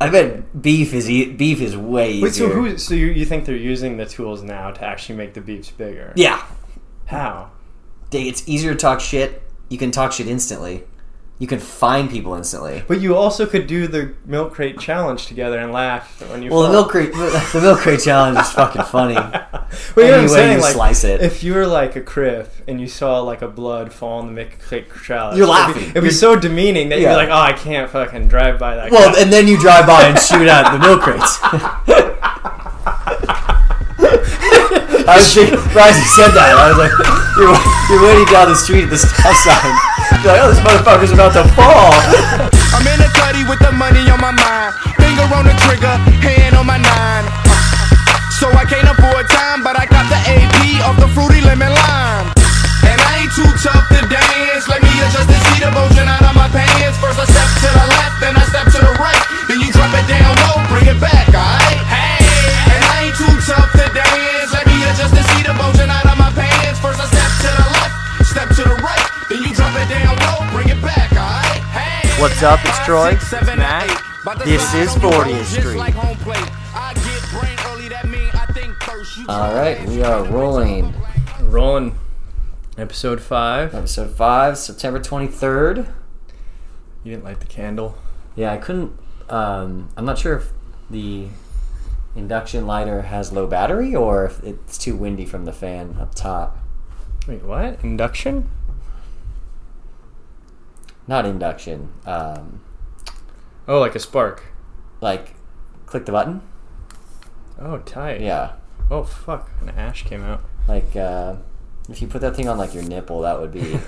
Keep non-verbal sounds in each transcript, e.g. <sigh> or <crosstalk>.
I bet beef is e- beef is way easier. Wait, so who? So you, you think they're using the tools now to actually make the beefs bigger? yeah, How? They- it's easier to talk shit. You can talk shit instantly. You can find people instantly. But you also could do the milk crate challenge together and laugh when you. Well, the fall. milk crate, the milk crate challenge is fucking funny. <laughs> But you Any way know what I'm saying? you like, slice it. If you were like a crip and you saw like a blood fall in the milk crate challenge, You're it'd be- laughing. It'd be, You're- so demeaning that Yeah. you'd be like, "Oh, I can't fucking drive by that." Well, guy." and then you drive by and shoot out the milk crates. <laughs> I was thinking, as you said that, I was like, you're, you're waiting down the street at the stop sign. You're like, oh, this motherfucker's about to fall. I'm in a cutty with the money on my mind. Finger on the trigger, hand on my nine. So I can't afford time, but I got the AP of the fruity lemon lime. And I ain't too tough to dance. Let me adjust the seat motion out of my pants. First I step to the left, then I step to the right. Then you drop it down low, bring it back, alright? Hey, and I ain't too tough to dance. Let me adjust the seat motion out of my pants. First I step to the left, step to the right. Then you drop it down low, bring it back, alright? Hey. What's up? It's Five, Troy. six, seven, It's and Matt. eight. About to This switch is it on the road, 40th just Street. like home plate. I get brain early, that mean I think first. You All right, we are rolling. rolling. Episode five. Episode 5, September 23rd. You didn't light the candle. Yeah, I couldn't. Um, I'm not sure if the induction lighter has low battery or if it's too windy from the fan up top. Wait, what? Induction? Not induction. Um, Oh, like a spark. like, click the button. Oh, tight. Yeah. Oh, fuck. An ash came out. Like, uh, if you put that thing on like your nipple, that would <laughs> be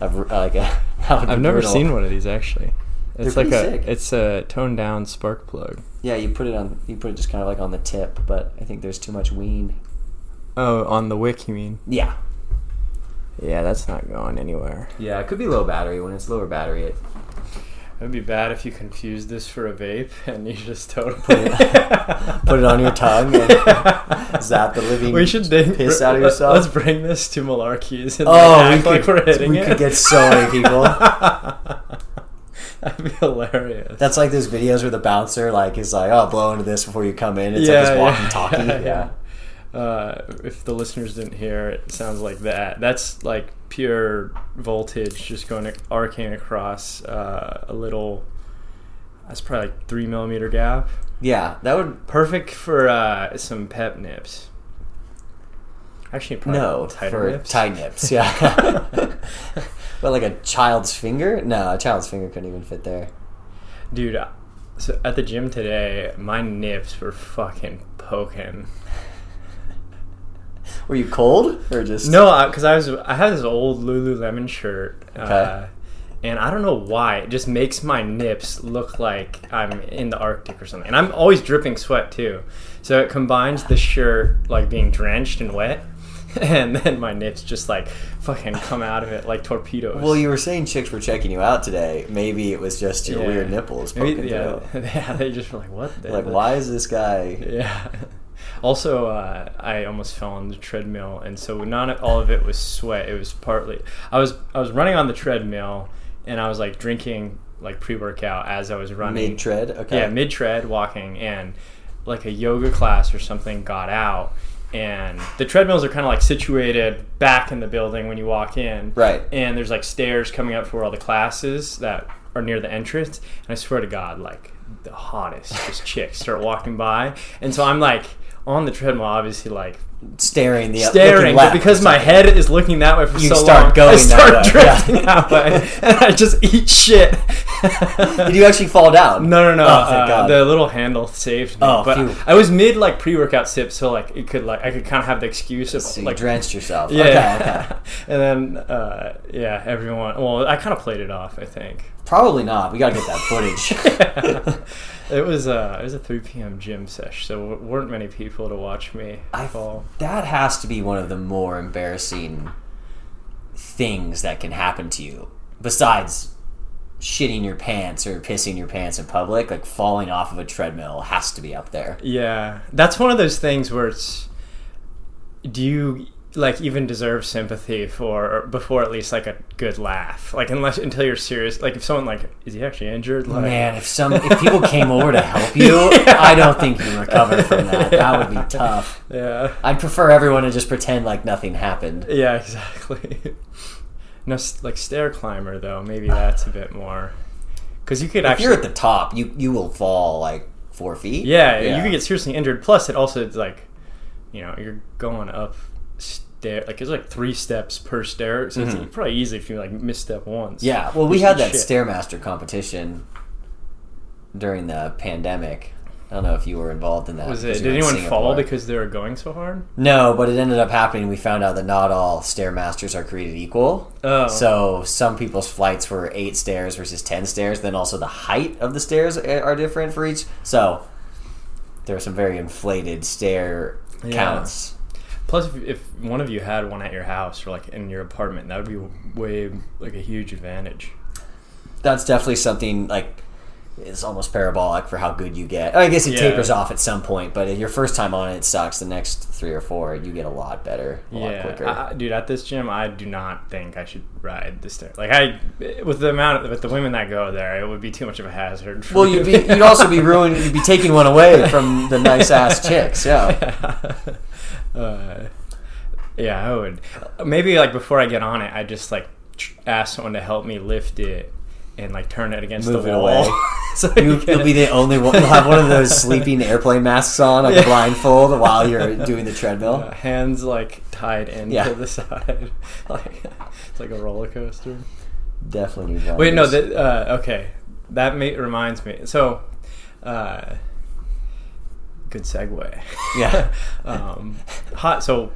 a, br- like a. <laughs> That would be I've never brutal. seen one of these actually. It's They're like pretty a sick. it's a toned down spark plug. Yeah, you put it on. You put it just kind of like on the tip, but I think there's too much wean. Oh, on the wick you mean? Yeah. Yeah, that's not going anywhere. Yeah, it could be low battery. When it's lower battery, it It'd be bad if you confused this for a vape <laughs> and you just totally <laughs> put it on your tongue <laughs> and zap the living We should dig- piss out of let- yourself. Let's bring this to Malarkey's and Oh, oh, we act like could, we're hitting we it. could get so many people. <laughs> That'd be hilarious. That's like those videos where the bouncer like is like, "Oh, blow into this before you come in." It's like this walkie <laughs> talkie. Yeah, <laughs> yeah. Uh, if the listeners didn't hear, it sounds like that. That's like pure voltage just going arcing across uh, a little. That's probably like three millimeter gap. Yeah, that would. Perfect for uh, some pep nips. Actually, probably No, tighter for nips. tight <laughs> nips, yeah. <laughs> but like a child's finger? No, a child's finger couldn't even fit there. <laughs> Dude, I- so at the gym today, my nips were fucking poking. Were you cold or just No, because I, was I had this old Lululemon shirt, uh, Okay. and I don't know why it just makes my nips look like I'm in the Arctic or something. And I'm always dripping sweat too, so it combines the shirt like being drenched and wet, <laughs> and then my nips just like fucking come out of it like torpedoes. Well, you were saying chicks were checking you out today. Maybe it was just your Yeah. weird nipples Maybe- poking yeah, through. <laughs> yeah, they just were like, what? the Like, hell? why is this guy? Yeah. <laughs> Also, uh, I almost fell on the treadmill, and so not all of it was sweat. It was partly I was I was running on the treadmill, and I was like drinking like pre workout as I was running. Mid tread, okay. yeah, mid tread walking, and like a yoga class or something got out, and the treadmills are kind of like situated back in the building when you walk in, Right. And there's like stairs coming up for all the classes that are near the entrance, and I swear to God, like the hottest just chicks <laughs> start walking by, and so I'm like on the treadmill, obviously like staring the staring, looking but left. because my head is looking that way for You so start long, going I that start way, drifting yeah. that way, and I just eat shit. <laughs> did you actually fall down? No, no, no. Oh, thank uh, God. The little handle saved me. Oh, but phew. I was mid like pre-workout sip, so like it could like I could kind of have the excuse of So you like drenched yourself. Yeah. Okay, <laughs> okay. and then uh, yeah, everyone. Well, I kind of played it off. I think Probably not. We gotta get that <laughs> footage. it was uh, it was a 3 p.m. gym sesh, so there weren't many people to watch me I- fall. that has to be one of the more embarrassing things that can happen to you, besides shitting your pants or pissing your pants in public. Like falling off of a treadmill has to be up there. Yeah, that's one of those things where it's. Do you like even deserve sympathy for before at least like a good laugh. Like unless until you're serious. Like if someone like is he actually injured? Like Man, if some <laughs> if people came over to help you, I don't think you recover from that. That would <laughs> be tough. yeah, I'd prefer everyone to just pretend like nothing happened. yeah, <laughs> exactly. no, s- like stair climber though. Maybe that's a bit more because you could If you're actually at the top, you you will fall like four feet. yeah, you could get seriously injured. Plus, it also is like you know you're going up stair like it's like three steps per stair, so it's probably easy if you like misstep once. Mm-hmm. Yeah, well, we Piece had of that shit. stairmaster competition during the pandemic. I don't know if you were involved in that. Was it? because Did you were in anyone fall Singapore. because they were going so hard? No, but it ended up happening. We found out that not all stairmasters are created equal. Oh. So some people's flights were eight stairs versus ten stairs. Then also the height of the stairs a- are different for each. So there are some very inflated stair Yeah. counts. Plus, if, if one of you had one at your house or like in your apartment, that would be way like a huge advantage. That's definitely something like it's almost parabolic for how good you get. I guess it Yeah. tapers off at some point, but your first time on it sucks. The next three or four, you get a lot better, a lot yeah, quicker. I- I- dude. At this gym, I do not think I should ride the stair. Like I, with the amount of, with the women that go there, it would be too much of a hazard. For well, me. you'd be you'd also be ruining you'd be taking one away from the nice ass chicks. Yeah. <laughs> uh, yeah, I would. Maybe like before I get on it, I just like tr- ask someone to help me lift it and like turn it against Move the it wall. away. <laughs> so You, can- you'll be the only one. You'll have one of those sleeping airplane masks on, like a blindfold, while you're doing the treadmill. Uh, hands like tied in Yeah. to the side, <laughs> like it's like a roller coaster. Definitely need one. Wait, no, that that uh, okay. That may, reminds me. So, uh, good segue. <laughs> yeah, um, hot so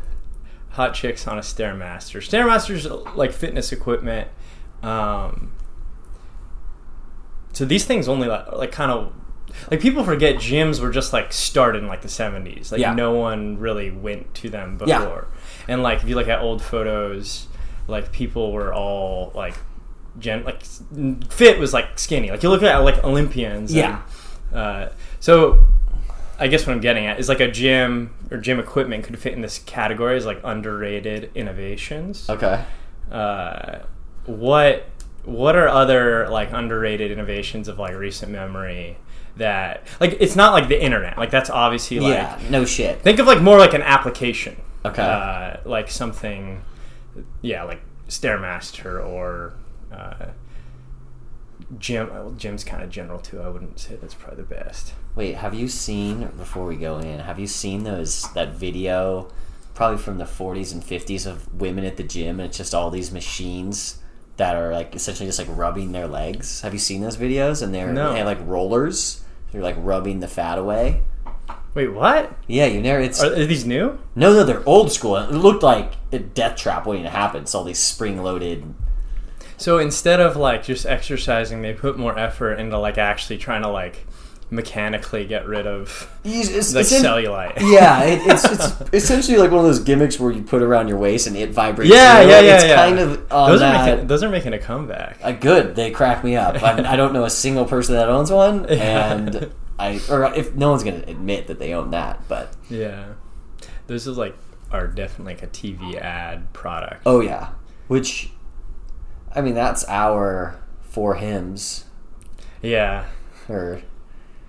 hot chicks on a stairmaster. Stairmasters uh, like fitness equipment. Um, so these things only like, like kind of like people forget gyms were just like started in like the 70s. Like Yeah. no one really went to them before. Yeah. And like if you look at old photos, like people were all like gen like s- fit was like skinny. Like you look at like Olympians. and, Yeah. uh, so I guess what I'm getting at is like a gym or gym equipment could fit in this category as like underrated innovations. okay. Uh, what what are other like underrated innovations of like recent memory that like it's not like the internet like that's obviously like yeah, no shit. think of like more like an application Okay. uh, like something yeah like stairmaster or uh, gym well, gym's kind of general too i wouldn't say that's probably the best Wait, have you seen before we go in? Have you seen those that video, probably from the '40s and '50s of women at the gym, and it's just all these machines that are like essentially just like rubbing their legs. Have you seen those videos? And they're No. they have like rollers. They're like rubbing the fat away. wait what Yeah, you never. It's Are, are these new? No, no, they're old school. It looked like a death trap waiting to happen. It's all these spring loaded. So instead of like just exercising, they put more effort into like actually trying to like mechanically get rid of like cellulite. <laughs> yeah, it, it's, it's essentially like one of those gimmicks where you put around your waist and it vibrates. <laughs> yeah, through. yeah, yeah. It's yeah. kind of on those that. are making, those are making a comeback. Uh, good. They crack me up. I, I don't know a single person that owns one, <laughs> Yeah. and I or if no one's going to admit that they own that, but yeah, those is like are definitely like a TV ad product. oh yeah, which I mean that's our four hymns Yeah, or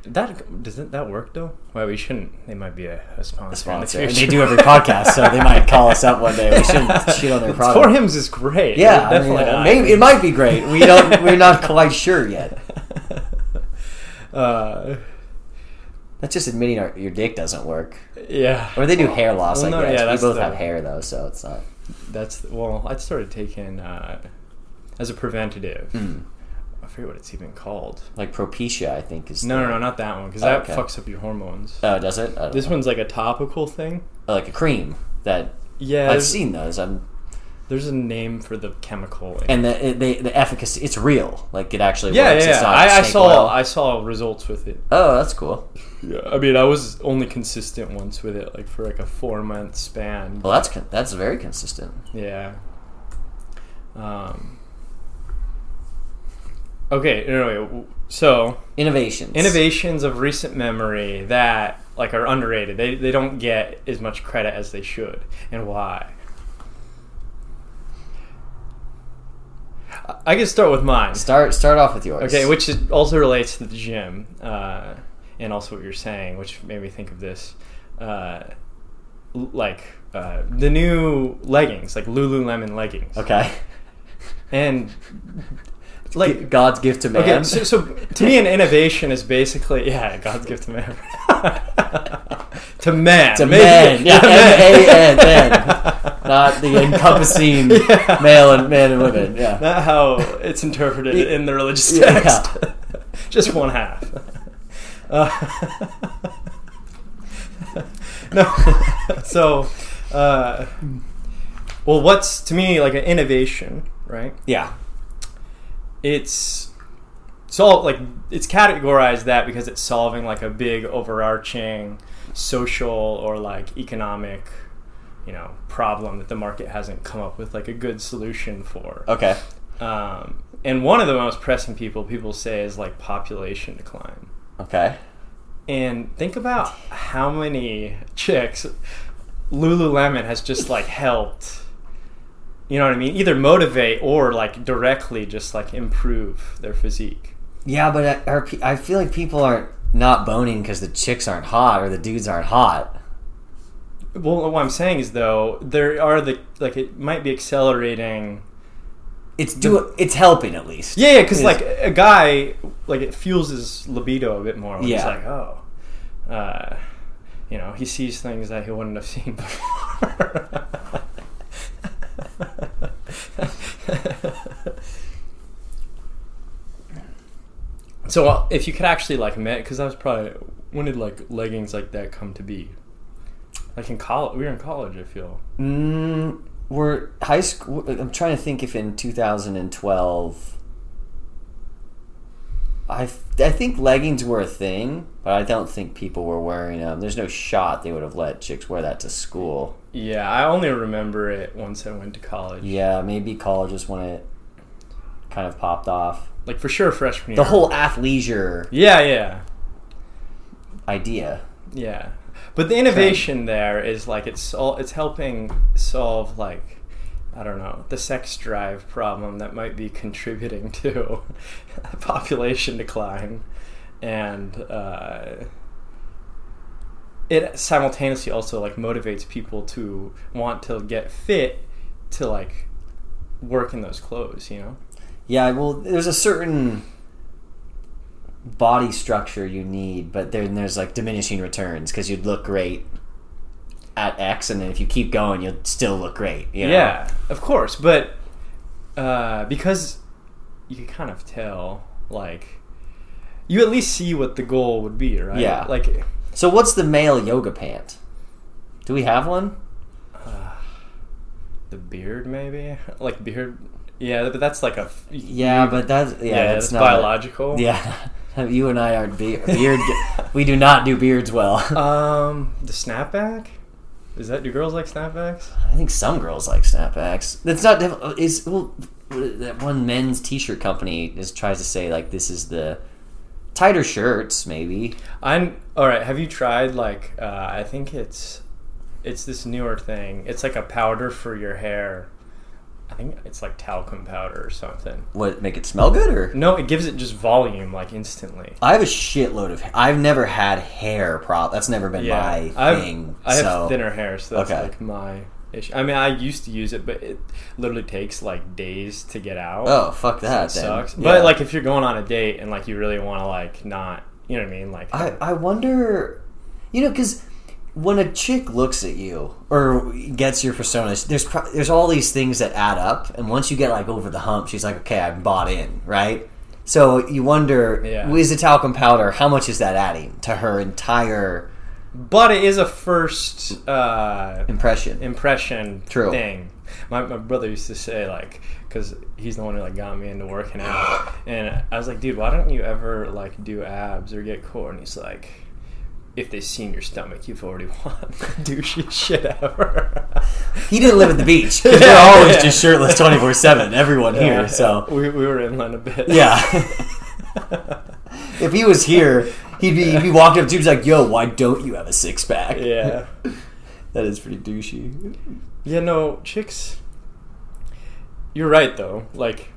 that doesn't that work though? Well, we shouldn't. They might be a, a sponsor. <laughs> sponsor. In the They do every podcast, so they might call us up one day. We <laughs> shouldn't shit on their product. For him's is great. Yeah, I mean, definitely. uh, not. maybe it might be great. We don't. we're not quite sure yet. <laughs> Uh, That's just admitting our, your dick doesn't work. yeah. Or they do hair loss, Well, no, I guess. yeah, we that's both the- have hair though, so it's not. That's well, I started taking uh, as a preventative. Hmm. I forget what it's even called. Like Propecia, I think is. No, the- no, no, not that one because that okay. fucks up your hormones. Oh, does it? I don't this know. one's like a topical thing. Oh, like a cream that Yeah, I've there's, seen those. I'm there's a name for the chemical. in- and the it- they, the efficacy. It's real. Like it actually yeah, works. yeah, It's yeah. not I, I snake saw oil. I saw results with it. oh, that's cool. Yeah, I mean, I was only consistent once with it, like for like a four month span. Well, that's con- that's very consistent. Yeah. Um. Okay. No, no, wait, so Innovations. innovations of recent memory that like are underrated. They they don't get as much credit as they should, and why? I can start with mine. Start start off with yours. Okay, which is, also relates to the gym uh, and also what you're saying, which made me think of this. Uh, l- like uh, the new leggings, like Lululemon leggings. okay, And like G- God's gift to man. Okay, so, so to me, an innovation is basically yeah, God's gift to man. <laughs> to man, To maybe- man, yeah, <laughs> to M-A-N, <laughs> not the encompassing Yeah. male and men and women. Yeah, Not how it's interpreted in the religious Yeah. text. <laughs> Just one half. <laughs> Uh, <laughs> no, <laughs> so, uh, well, what's to me like an innovation, right? yeah, it's so like it's categorized that because it's solving like a big overarching social or like economic you know problem that the market hasn't come up with like a good solution for okay, um, and one of the most pressing people people say is like population decline okay. and think about how many chicks Lululemon has just like helped. You know what I mean? Either motivate or like directly just like improve their physique. Yeah, but uh, I- are, pe- I feel like people aren't not boning because the chicks aren't hot or the dudes aren't hot. Well, what I'm saying is though, there are the like it might be accelerating. It's do it's helping at least. Yeah, yeah, because Yes. like a guy, like it fuels his libido a bit more. When He's Yeah. like, oh, uh, you know, he sees things that he wouldn't have seen before. <laughs> so uh, if you could actually like met, because that was probably when did like leggings like that come to be? Like in college, we were in college. I feel. Mm, we're high school. I'm trying to think if in 2012. I, I think leggings were a thing, but I don't think people were wearing them. There's no shot they would have let chicks wear that to school. Yeah, I only remember it once I went to college. Yeah, maybe colleges when it kind of popped off. Like for sure, freshman The year. whole athleisure Yeah, yeah. idea. Yeah, but the innovation there is like it's sol- it's helping solve like I don't know the sex drive problem that might be contributing <laughs> to population decline, and uh, it simultaneously also like motivates people to want to get fit to like work in those clothes. You know? Yeah, well, there's a certain body structure you need, but then there's like diminishing returns because you'd look great at X, and then if you keep going, you'll still look great. you know? Yeah, of course, but uh, because you can kind of tell, like, you at least see what the goal would be, right? Yeah. Like, So what's the male yoga pant? Do we have one? the beard, maybe? <laughs> Like, beard. Yeah, but that's like a. Yeah, but that's yeah, yeah, that's that's not biological. Yeah, <laughs> you and I are be- beard. we do not do beards well. <laughs> Um, the snapback? Is that. Do girls like snapbacks? I think some girls like snapbacks. That's not diff- is well, that one men's t-shirt company is tries to say like this is the tighter shirts maybe. I'm. Alright, have you tried, like, uh, I think it's. It's this newer thing. It's like a powder for your hair. I think it's like talcum powder or something. What make it smell good or No, it gives it just volume like instantly. I have a shitload of I've never had hair problem. That's never been my I've- thing. I have so thinner hair, so that's Okay. like my issue. I mean, I used to use it, but it literally takes like days to get out. Oh, fuck that. it then. sucks. Yeah. But like, if you're going on a date and like you really want to like not, you know what I mean? Like, I, I wonder, you know, because when a chick looks at you or gets your persona, there's pro- there's all these things that add up, and once you get like over the hump, she's like, okay, I'm bought in, right? So you wonder, Yeah. is the talcum powder? How much is that adding to her entire but it is a first uh, impression? impression True. thing. My, my brother used to say like, because he's the one who like got me into <gasps> working out, and I was like, dude, why don't you ever like do abs or get core? And he's like, if they've seen your stomach, you've already <laughs> won. Douchey shit ever. He didn't live at the beach. <laughs> 'cause they're always just shirtless twenty four seven. Everyone here, so we, we were inland a bit. yeah. <laughs> if he was here, he'd be he'd be walking up to you, he's like, "Yo, why don't you have a six pack?" <laughs> yeah. that is pretty douchey. Yeah, no, chicks. You're right though. Like,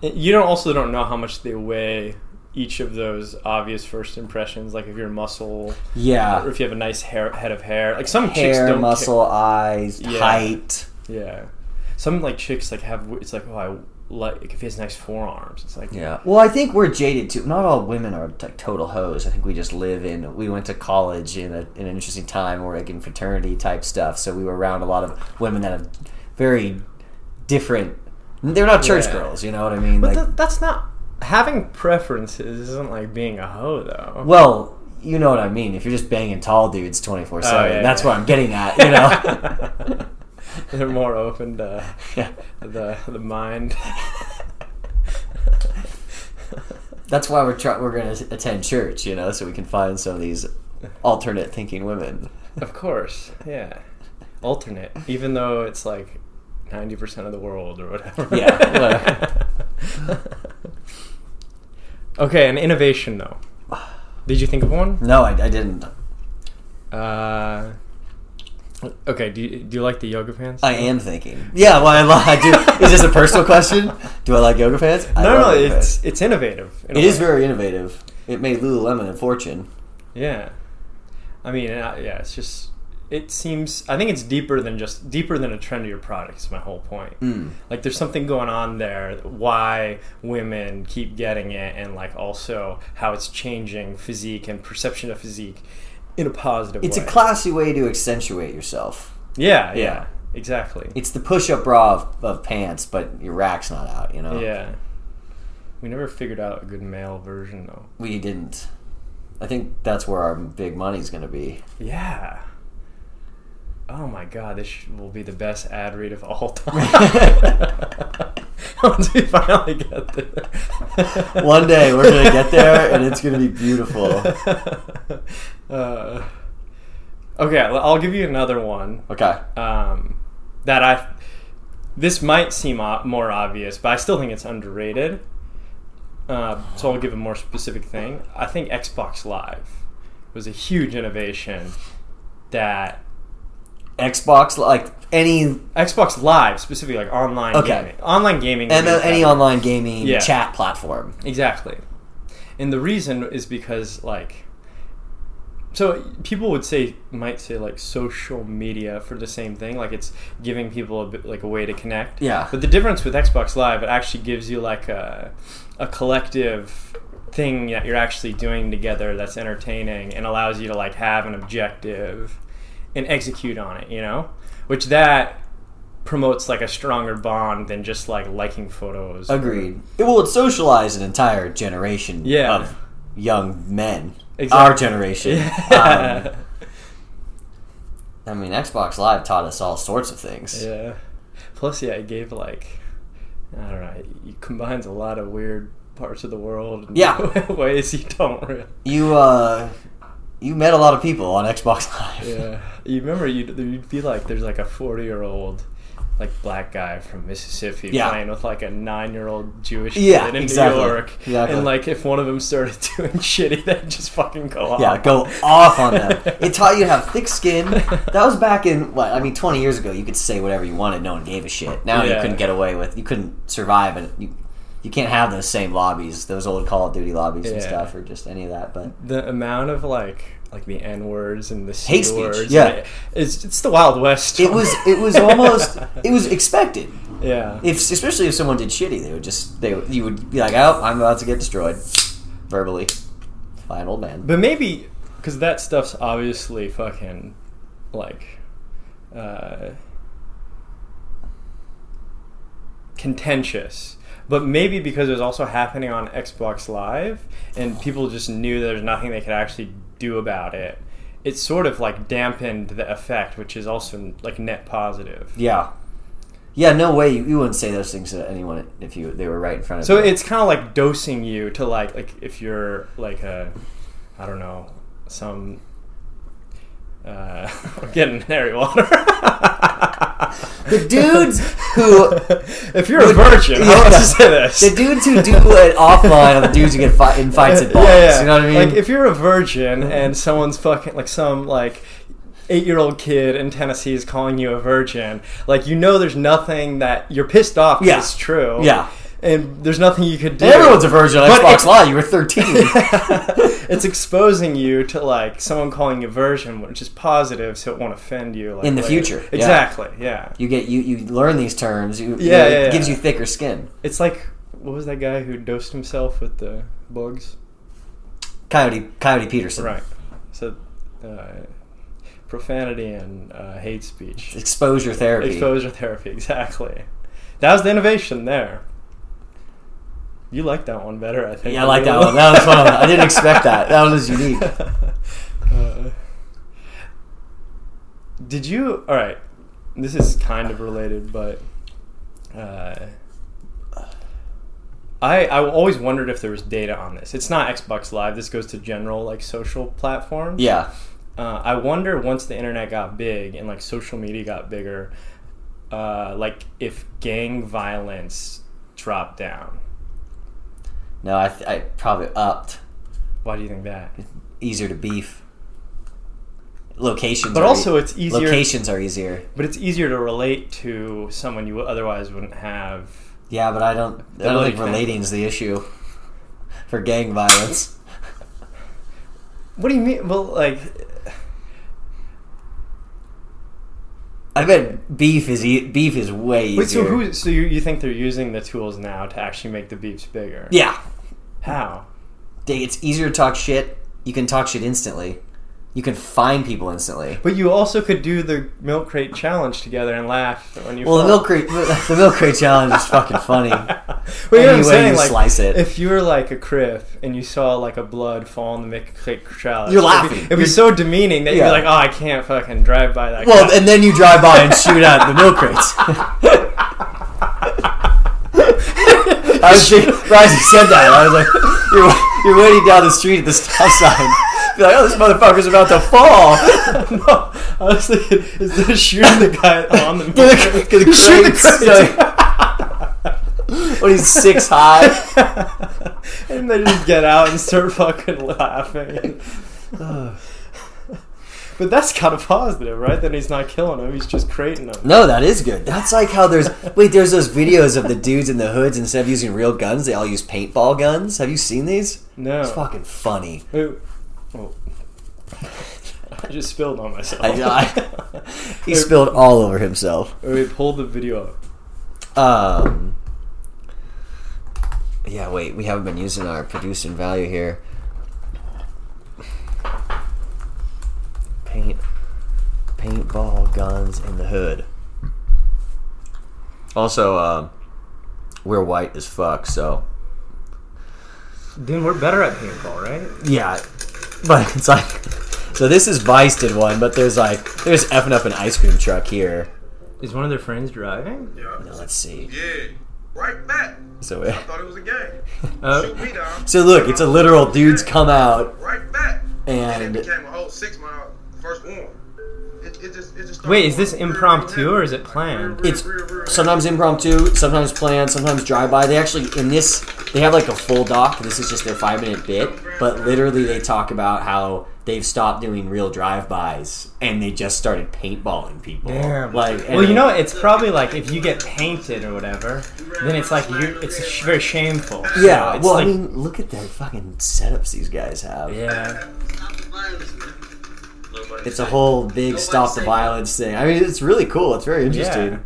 You don't also don't know how much they weigh each of those obvious first impressions, like if your muscle or Yeah. if you have a nice hair, head of hair. Like some chicks Hair, don't muscle, eyes, Yeah. height. Care. Yeah, some like chicks like have. It's like oh I like if he has nice forearms. It's like Yeah. Well, I think we're jaded too. Not all women are like total hoes. I think we just live in. We went to college in, a, in an interesting time, or like in fraternity type stuff. So we were around a lot of women that have very different. They're not church Yeah. girls, you know what I mean? But like, th- that's not having preferences. Isn't like being a hoe though. well, you know what I mean. If you're just banging tall dudes twenty four Oh, yeah, seven, that's yeah. what I'm getting at. You know. <laughs> <laughs> They're more open to Yeah. the the mind. That's why we're try- we're gonna attend church, you know, so we can find some of these alternate thinking women. Of course, yeah. Alternate, even though it's like ninety percent of the world or whatever. Yeah, <laughs> okay, an innovation though. Did you think of one? No, I, I didn't. Uh, okay. Do you, do you like the yoga pants? I am thinking. Yeah, well, I, lo- I do. Is this a personal question? Do I like yoga pants? I no, no, love yoga it's pants. it's innovative. in a it is way. very innovative. It made Lululemon a fortune. Yeah, I mean, uh, yeah, it's just it seems. I think it's deeper than just deeper than a trend of your product. Is my whole point. Mm. Like, there's something going on there. Why women keep getting it, and like also how it's changing physique and perception of physique in a positive. It's way. a classy way to accentuate yourself. Yeah, yeah, Yeah. exactly. It's the push-up bra of, of pants, but your rack's not out. You know. yeah, we never figured out a good male version though. We didn't. I think that's where our big money's going to be. Yeah. Oh my god, this sh- will be the best ad read of all <laughs> time. <laughs> Once we finally get <laughs> there. One day we're gonna get there, and it's gonna be beautiful. <laughs> Uh, okay, I'll I'll give you another one Okay. um, that I. This might seem o- more obvious, but I still think it's underrated. Uh, so I'll give a more specific thing. I think Xbox Live was a huge innovation that Xbox, like any Xbox Live specifically, like online Okay. gaming. Online gaming. M- any online gaming Yeah. chat platform. Exactly. And the reason is because like so people would say might say like social media for the same thing like it's giving people a bit, like a way to connect Yeah. but the difference with xbox live it actually gives you like a, a collective thing that you're actually doing together that's entertaining and allows you to like have an objective and execute on it you know which that promotes like a stronger bond than just like liking photos or- <laughs> Agreed. It will socialize an entire generation Yeah. of young men. Exactly. Our generation. Um, <laughs> Yeah. I mean, Xbox Live taught us all sorts of things. yeah. Plus, yeah, it gave like I don't know. It combines a lot of weird parts of the world. In Yeah. <laughs> ways you don't really. You uh, you met a lot of people on Xbox <laughs> Live. Yeah. <laughs> You remember you'd, you'd be like, there's like a 40 year old. Like black guy from Mississippi Yeah. playing with like a nine-year-old Jewish Yeah, kid in exactly, New York, exactly. and like if one of them started <laughs> doing shitty, they'd just fucking go off. Yeah, go off on <laughs> them. It taught you to have thick skin. That was back in what I mean, twenty years ago. You could say whatever you wanted; no one gave a shit. Now Yeah. you couldn't get away with. You couldn't survive, and you you can't have those same lobbies, those old Call of Duty lobbies and Yeah. stuff, or just any of that. But the amount of like like the n words and the c Hate speech, words yeah. and it- it's it's the wild west it <laughs> was it was almost it was expected. yeah If especially if someone did shitty, they would just they would- you would be like, oh, I'm about to get destroyed, verbally, by an old man. but maybe because that stuff's obviously fucking like uh contentious but maybe because it was also happening on xbox live and people just knew there's nothing they could actually do about it it sort of like dampened the effect which is also like net positive Yeah. Yeah, no way. You, you wouldn't say those things to anyone if you they were right in front of So you. it's kind of like dosing you to like like if you're like a I don't know some uh, <laughs> I'm getting hairy water. <laughs> the dudes who if you're a virgin, how else to say this? The dudes who do it offline are the dudes who get fi- in fights at bars. You know what I mean? Mm-hmm. Like if you're a virgin and someone's fucking like some like eight-year-old kid in Tennessee is calling you a virgin, like you know there's nothing that you're pissed off. 'cause Yeah. it's true. Yeah. and there's nothing you could do. Everyone's a virgin on But Xbox it's- Live. You were 13. <laughs> it's exposing you to like someone calling you version, which is positive, so it won't offend you like, In the later. future, yeah. Exactly. Yeah. you get you, you learn these terms. You, Yeah, it yeah, yeah. gives you thicker skin. It's like what was that guy who dosed himself with the bugs? Coyote Coyote Peterson. Right. So uh, profanity and uh, hate speech, Exposure therapy. exposure therapy. Exactly. That was the innovation there. You like that one better, I think. Yeah, I like that one. That was fun. I didn't expect that. That was unique. <laughs> <laughs> Uh, did you? All right, this is kind of related, but uh, I I always wondered if there was data on this. It's not Xbox Live. This goes to general like social platforms. Yeah. Uh, I wonder once the internet got big and like social media got bigger, uh, like if gang violence dropped down. No, I, th- I probably upped. Why do you think that? Easier to beef. Locations. But are e- also it's easier- Locations are easier. But it's easier to relate to someone you otherwise wouldn't have. Yeah, but I don't. I That'll don't think be fine. relating's the issue for gang violence. What do you mean? Well, like, I bet beef is e- beef is way easier. wait, so who? So you, you think they're using the tools now to actually make the beefs bigger? Yeah, How? They- it's easier to talk shit. You can talk shit instantly. You can find people instantly. But you also could do the milk crate challenge together and laugh when you. Well, the fall. milk <laughs> crate, the milk crate challenge is fucking funny. But you know what Any way I'm saying? you like, slice it. If you were like a crip and you saw like a blood fall in the milk crate challenge, You're it'd be- laughing. It'd be, You're- so demeaning that you'd Yeah. be like, "Oh, I can't fucking drive by that." Well, guy." and then you drive by and shoot out the milk <laughs> crates. I was thinking, right as you said that, I was like, you're, you're waiting down the street at the stop sign. Be like, oh, this motherfucker's about to <laughs> fall. <laughs> no, I was thinking, is this shooting the <laughs> guy on the milk Get crate? <laughs> the, get the Shoot the crates. <laughs> when he's six high. and they just get out and start fucking laughing. but that's kind of positive, right? That he's not killing him; he's just creating him. <laughs> No, that is good. That's like how there's wait, there's those videos of the dudes in the hoods instead of using real guns, they all use paintball guns. Have you seen these? No, It's fucking funny. Wait, oh. I just spilled on myself. I, I, he spilled all over himself. <laughs> Wait, wait, pull the video up. Um, yeah, wait, we haven't been using our producing value here. Paint, paintball guns in the hood. Also, um, we're white as fuck, so Dude, we're better at paintball, right? yeah. But it's like, <laughs> so this is Vice did one, but there's like there's effing up an ice cream truck here. Is one of their friends driving? Now, let's see. Yeah, right back. So Thought it was a game. Oh, Shoot me down. so look, it's a literal dudes come out Right back. and it became a whole six mile first one. It, it just, it just started Wait, is this going real, real impromptu heavy. or is it Like, planned? real, real, it's real, real sometimes impromptu, sometimes planned, sometimes drive by. They actually in this they have like a full doc. This is just their five minute bit, but literally they talk about how they've stopped doing real drive bys and they just started paintballing people. Damn. Like, and- well, you know, it's probably like if you get painted or whatever, then it's like you it's sh- very shameful. yeah. So it's well, like- I mean, look at the fucking setups these guys have. yeah. It's a whole big stop the violence thing. I mean, it's really cool. It's very interesting. Yeah.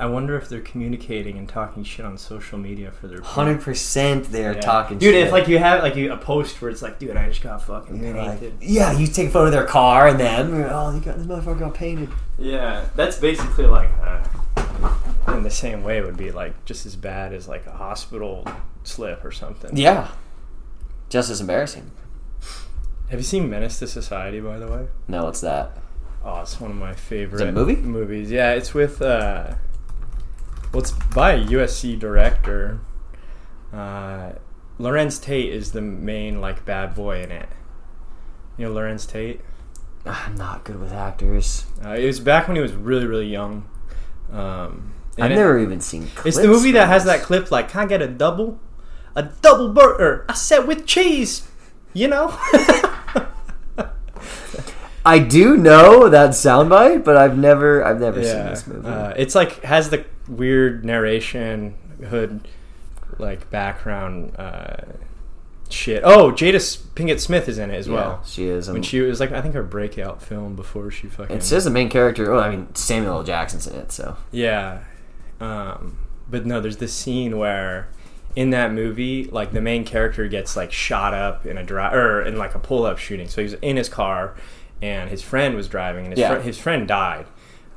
I wonder if they're communicating and talking shit on social media for their Hundred percent, they're Yeah. talking. Dude, shit. if like you have like you a post where it's like, dude, I just got fucking You're like, painted. yeah, you take a photo of their car and then oh, you got this motherfucker got painted. Yeah, that's basically like. Uh, in the same way, it would be like just as bad as like a hospital slip or something. Yeah. Just as embarrassing. Have you seen Menace to Society, by the way? No, it's that. Oh, it's one of my favorite movie? movies. Yeah, it's with uh, well, it's by a USC director. Uh, Lorenz Tate is the main like bad boy in it. You know Lorenz Tate. I'm not good with actors. Uh, it was back when he was really really young. Um, I've and it- never even seen It's clips the movie that from has this. that clip like, "Can I get a double, a double burger?" I said with cheese. You know. <laughs> I do know that soundbite, but I've never I've never seen yeah. this movie. Uh, it's like has the weird narration hood like background uh, shit. Oh, Jada S- Pinkett Smith is in it as well. Yeah, she is. When Um, she it was like, I think her breakout film before she fucking. it says the main character. Oh, I mean Samuel L. Jackson's in it, so Yeah. Um, but no, there's this scene where in that movie, like the main character gets like shot up in a drive or in like a pull up shooting. So he was in his car and his friend was driving and his, Yeah. fri- his friend died.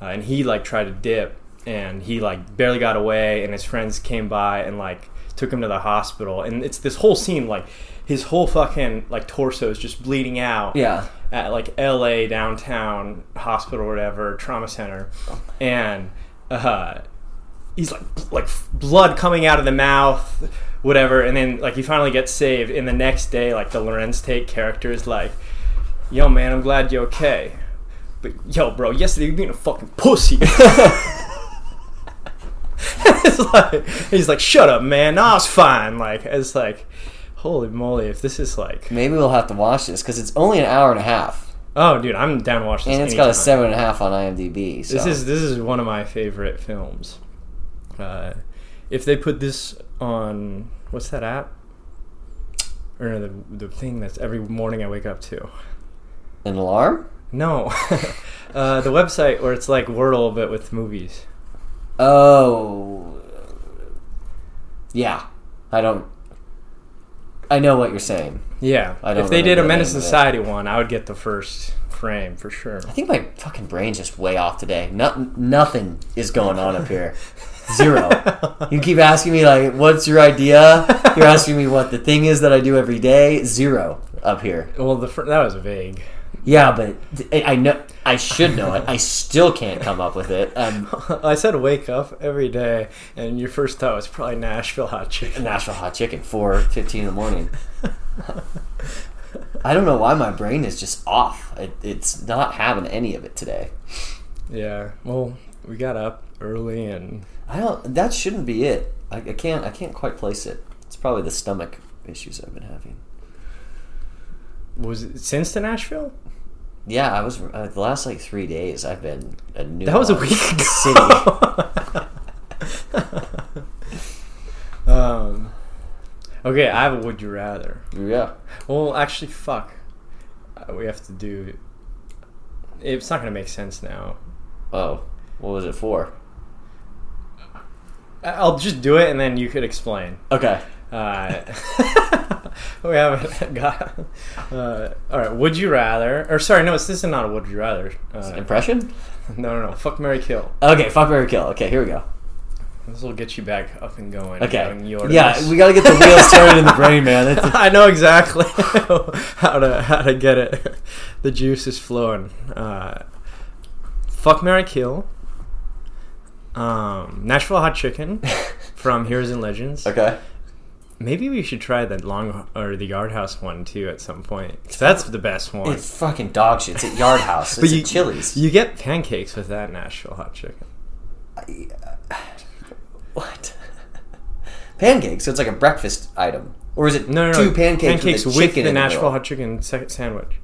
Uh, and he like tried to dip and he like barely got away and his friends came by and like took him to the hospital. And it's this whole scene like his whole fucking like torso is just bleeding out yeah. at like LA downtown hospital or whatever trauma center, and uh, he's like like blood coming out of the mouth, whatever, and then like he finally gets saved. And the next day, like the Lorenz Tate character is like, "Yo, man, I'm glad you're okay." But yo, bro, yesterday you being a fucking pussy. <laughs> it's like he's like, shut up, man. Nah, it's fine. Like it's like, holy moly, if this is like, Maybe we'll have to watch this because it's only an hour and a half, oh, dude, I'm down to watch this. and it's got a anytime. seven and a half on IMDb. So. This is this is one of my favorite films. Uh, if they put this on what's that app? Or no, the the thing that's every morning I wake up to. an alarm. No, <laughs> uh, the website where it's like Wordle but with movies. Oh, yeah. I don't. I know what you're saying. Yeah, I don't if they did remember a the Menace name of it. Society one, I would get the first frame <laughs> for sure. <laughs> I think my fucking brain's just way off today. Not, nothing is going on up here. Zero. You keep asking me like, "What's your idea?" You're asking me what the thing is that I do every day. Zero up here. Well, the fir- that was vague. <laughs> Yeah, but th- I know I should know it. I still can't come up with it. Um, I said wake up every day, and your first thought was probably Nashville hot chicken. National hot chicken, four fifteen in the morning. I don't know why my brain is just off. It, it's not having any of it today. <laughs> Yeah. Well, we got up early and I don't. That shouldn't be it. I, I can't. I can't quite place it. It's probably the stomach issues I've been having. was it since to Nashville? Yeah, I was uh, the last like three days. I've been a new. That was a Orleans <laughs> week ago. City. <laughs> um, okay, I have a would you rather. yeah. Well, actually, fuck. Uh, we have to do. It's not gonna make sense now. Oh, what was it for? I- I'll just do it, and then you could explain. Okay. Uh, <laughs> we haven't <laughs> got. Uh, all right. Would you rather? Or sorry, no. It's, this is not a would you rather. Uh, Impression. <laughs> no, no, no. Fuck Mary Kill. Okay. Fuck Mary Kill. Okay. Here we go. This will get you back up and going. Okay. on your- Yeah, we gotta get the wheels turning in the brain, man. That's <laughs> I know exactly <laughs> how to how to get it. <laughs> The juice is flowing. Uh, fuck Mary Kill. Um, Nashville Hot Chicken <laughs> from Heroes and Legends. okay. Maybe we should try the long or the Yard House one too at some point. 'cause that's the best one. It's fucking dog shit. It's at Yard House. It's you- at Chili's. you get pancakes with that Nashville Hot Chicken. what? <laughs> pancakes. So it's like a breakfast item, or is it No, no, two no. pancakes, with, a chicken in the the Nashville middle? Hot Chicken sa- sandwich.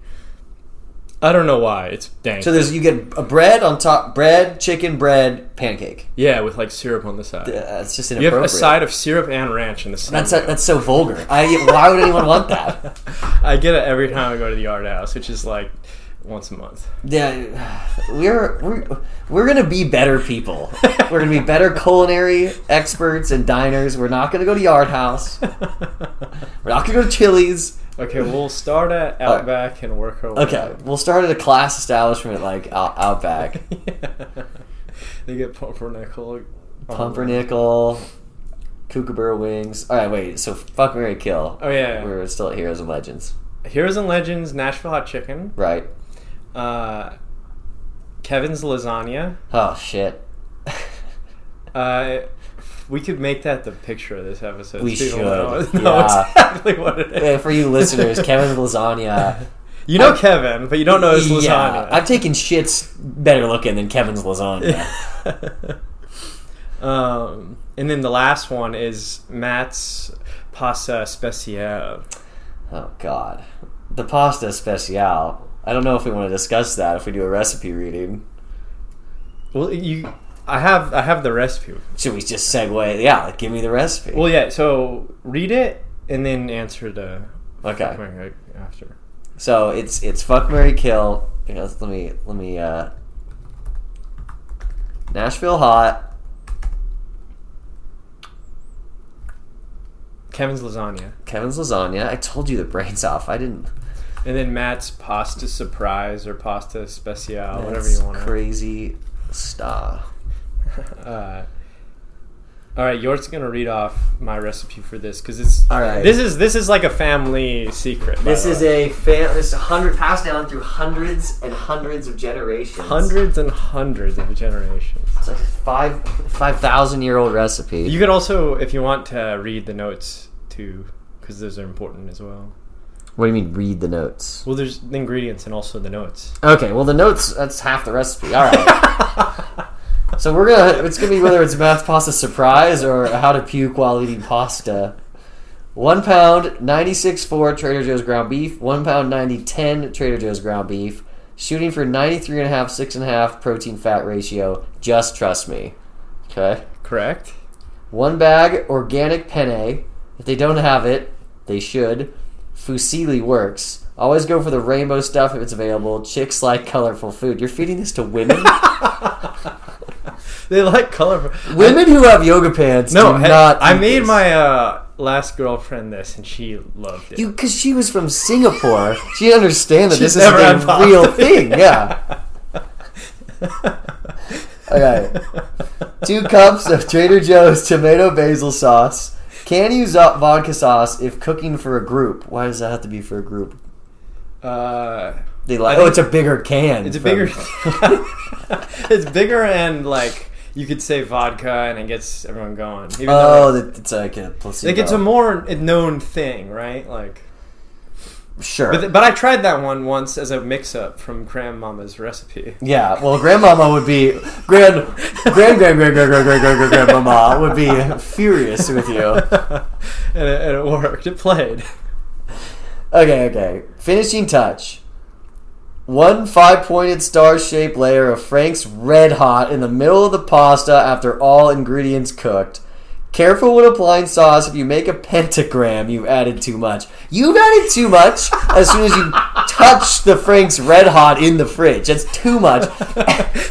I don't know why it's dank. So there's you get a bread on top, bread, chicken, bread, pancake. yeah, with like syrup on the side. Uh, it's just You inappropriate. have a side of syrup and ranch in the same. That's meal. that's so vulgar. I why would anyone want that? <laughs> I get it every time I go to the yard house, which is like once a month. <laughs> Yeah, we're we're we're gonna be better people. We're gonna be better culinary experts and diners. We're not gonna go to Yard House. We're not gonna go to Chili's. Okay, we'll start at Outback and work our way. Okay, we'll start at a class establishment like Out- Outback, up. <laughs> they get pumpernickel. Pumpernickel, Kookaburra Wings. All right, wait. So fuck Mary Kill. Oh yeah. We're still at Heroes and Legends, Heroes and Legends, Nashville Hot Chicken, right? uh, Kevin's Lasagna. Oh shit. <laughs> Uh, we could make that the picture of this episode. We so people should, Know, know yeah. exactly what it Yeah, is. For you <laughs> listeners, Kevin's lasagna. You know Kevin, but you don't know his lasagna. I've taken shits better looking than Kevin's <laughs> lasagna. um, and then the last one is Matt's pasta speciale. Oh God, the pasta speciale. I don't know if we want to discuss that if we do a recipe reading. Well, you, I have I have the recipe. Should we just segue? Yeah, like, give me the recipe. Well, yeah. So read it and then answer the okay. right after. So it's it's fuck Mary Kill. Here, let's- let me let me uh Nashville hot. Kevin's lasagna Kevin's lasagna. I told you the brains off. I didn't. and then Matt's pasta surprise or pasta special, whatever That's you want. Crazy stuff. Uh, all right, York's gonna read off my recipe for this because it's All right. This is this is like a family secret. by This the is way. a fan. This hundred passed down through hundreds and hundreds of generations. hundreds and hundreds of generations. It's like a five five thousand year old recipe. You could also, if you want, to read the notes too because those are important as well. what do you mean? Read the notes. Well, there's the ingredients and also the notes. Okay. Well, the notes. That's half the recipe. All right. so we're gonna. It's gonna be whether it's math pasta surprise or how to puke while eating pasta. One pound ninety six four Trader Joe's ground beef. One pound ninety ten Trader Joe's ground beef. Shooting for 93 and a half, six and a half protein fat ratio. Just trust me. Okay. Correct. <laughs> One bag organic penne. If they don't have it, they should. Fusilli works. Always go for the rainbow stuff if it's available. Chicks like colorful food. You're feeding this to <laughs> women? They like colorful. women who have yoga pants No, do hey, not. I eat made this. my uh, last girlfriend this, and she loved it. <laughs> You, because she was from Singapore, she didn't understand that She's this is never had a pasta. real <laughs> thing. Yeah. <laughs> Okay. Two cups of Trader Joe's tomato basil sauce. Can use up vodka sauce if cooking for a group. Why does that have to be for a group? Uh, They like. I Oh, think- it's a bigger can. it's a from- bigger. <laughs> <laughs> it's bigger and like you could say vodka, and it gets everyone going. Even Oh, though, that it's like a placebo. like it's a more known thing, right? Like, sure. but, but I tried that one once as a mix-up from Grandmama's recipe. <laughs> yeah. Well, grandmama would be grand, grand, grand, grand, grand, grand, grand, grand, grand, grandmama would be furious with you. and, it, and it worked. It played. Okay, okay. Finishing touch. One five pointed star shaped layer of Frank's Red Hot in the middle of the pasta after all ingredients cooked. Careful when applying sauce. If you make a pentagram, you've added too much. You've added too much as soon as you touch the Frank's Red Hot in the fridge. That's too much. <laughs>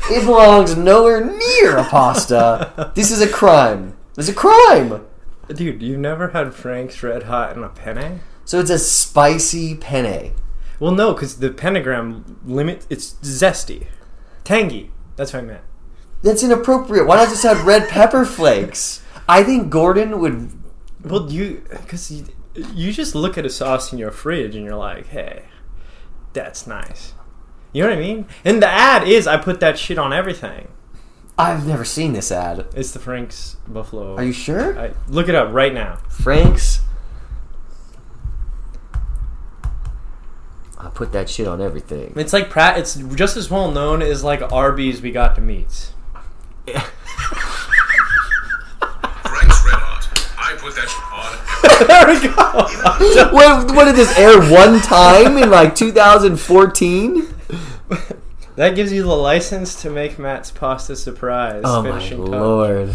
It belongs nowhere near a pasta. This is a crime. It's a crime. Dude, you've never had Frank's Red Hot in a penne? So it's a spicy penne. Well, no, because the pentagram limit it's zesty, tangy. That's what I meant. That's inappropriate. Why not just have red pepper flakes? I think Gordon would. Well, you because you, you just look at a sauce in your fridge and you're like, hey, that's nice. You know what I mean? And the ad is I put that shit on everything. I've never seen this ad. It's the Frank's Buffalo. Are you sure? I, look it up right now. Frank's. I put that shit on everything. It's like Pratt. It's just as well known as like Arby's. We got to meats. <laughs> Frank's Red Hot. I put that shit on. There we go. what, what did this air one time in like 2014? That gives you the license to make Matt's pasta surprise. Oh my finishing touch. lord!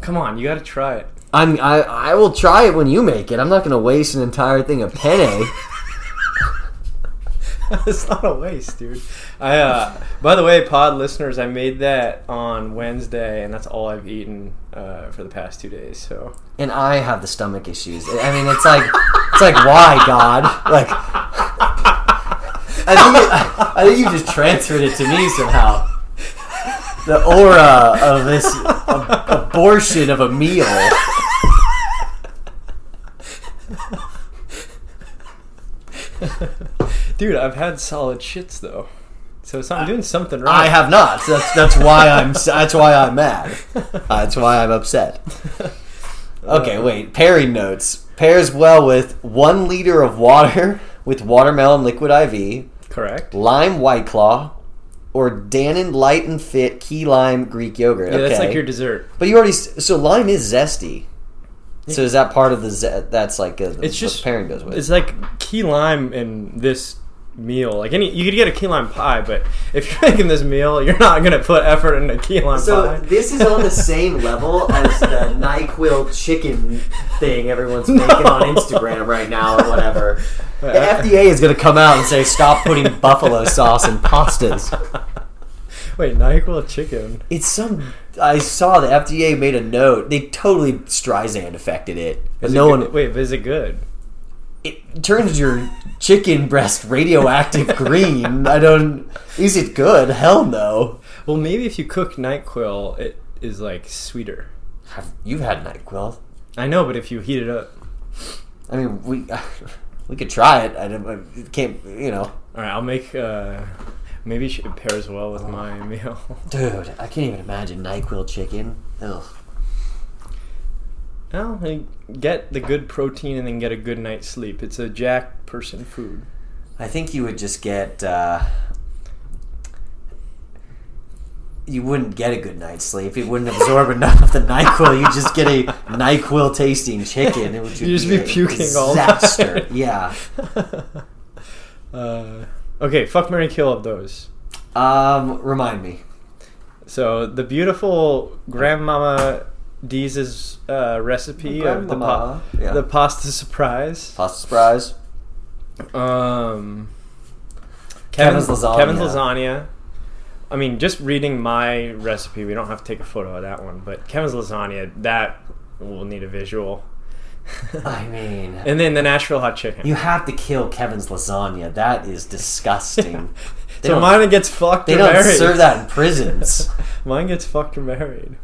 Come on, you gotta try it. I'm I I will try it when you make it. I'm not gonna waste an entire thing of penne. <laughs> it's not a waste, dude. I uh, by the way, pod listeners, I made that on Wednesday, and that's all I've eaten uh, for the past two days. So and I have the stomach issues. I mean, it's like, it's like, why God? Like, I think, I, think you just transferred it to me somehow. The aura of this ab- abortion of a meal. dude, I've had solid shits though. So it's, I'm doing something I right. have not. So That's that's why I'm s- that's why I'm mad. Uh, That's why I'm upset. Okay, wait. Pairing notes pairs well with one liter of water with watermelon liquid IV, <laughs> Correct. lime white claw or Dannon light and fit key lime Greek yogurt. Yeah, okay. that's like your dessert. but you already s- so lime is zesty. So is that part of the ze- that's like a, It's just pairing goes with? It's like key lime and this meal. Like any, you could get a key lime pie, but if you're <laughs> making this meal, you're not gonna put effort into key lime So pie. this is <laughs> on the same level as the Nyquil chicken thing everyone's making on Instagram right now or whatever. The FDA is going to come out and say stop putting buffalo sauce in pastas. Wait, Nyquil chicken. It's some. I saw the FDA made a note. They totally Streisand affected it. But Is it no good- one. Wait, but is it good? It turns your chicken breast radioactive green. I don't. Is it good? Hell no. Well, maybe if you cook Nyquil, it is like sweeter. Have you've had Nyquil? I know, but if you heat it up. I mean, we <laughs> we could try it. I don't. I can't. You know, All right, I'll make. uh Maybe sh- it pairs well with my <laughs> meal. dude. I can't even imagine Nyquil chicken. Ugh. Well, I get the good protein and then get a good night's sleep. It's a Jack <laughs> person food. I think you would just get. Uh, you wouldn't get a good night's sleep. It wouldn't absorb <laughs> enough of the Nyquil. You would just get a Nyquil tasting chicken. It would You'd just be a puking all night. disaster. <laughs> Yeah. Uh, okay, fuck Mary Kill of those. Um. Remind me. So the beautiful grandmama Deez's uh, recipe of the, pa- Grandmama, yeah. the pasta surprise. Pasta surprise. Um, Kevin's Kevin's lasagna. Kevin's lasagna. I mean, just reading my recipe, we don't have to take a photo of that one, but Kevin's lasagna, that will need a visual. <laughs> I mean. <laughs> And then the Nashville hot chicken. you have to kill Kevin's lasagna. That is <laughs> disgusting. They so don't- mine gets fucked They or don't married. serve <laughs> that in prisons. Mine gets fucked or married.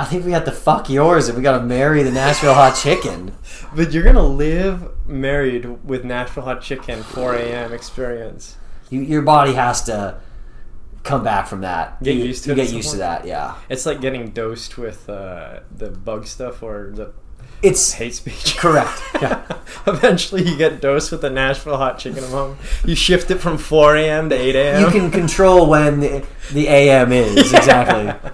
I think we have to fuck yours and we gotta marry the Nashville hot chicken. But you're gonna live married with Nashville hot chicken 4 a.m. experience. You, your body has to come back from that. Get you, used to you it get at used some to that, yeah. It's like getting dosed with uh, the bug stuff or the It's hate speech. <laughs> correct. Yeah. Eventually, you get dosed with the Nashville hot chicken among. You shift it from 4 a.m. to 8 a.m. You <laughs> can control when the, the AM is exactly.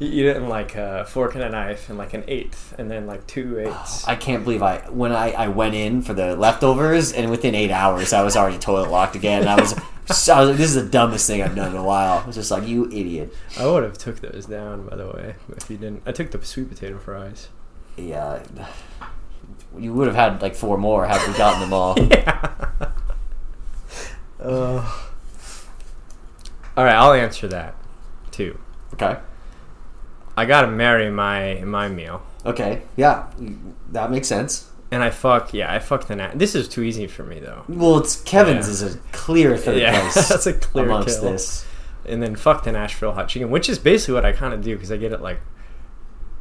You eat it in like a fork and a knife, and like an eighth, and then like two eighths. Oh, I can't believe I when I, I went in for the leftovers and within eight hours I was already toilet locked again. I was, <laughs> so- I was like, this is the dumbest thing I've done in a while. I was just like you idiot. I would have took those down, by the way, if you didn't. I took the sweet potato fries. Yeah, you would have had like four more had we gotten them <laughs> all. Uh, all right, I'll answer that too. Okay. I gotta marry my my meal, Okay. Yeah, you- that makes sense. and I fuck yeah, I fuck the na- This is too easy for me though, Well, it's Kevin's Yeah. is a clear third Yeah, place. <laughs> that's a clear amongst kill. this. and then fuck the Nashville hot chicken, which is basically what I kind of do because I get it like,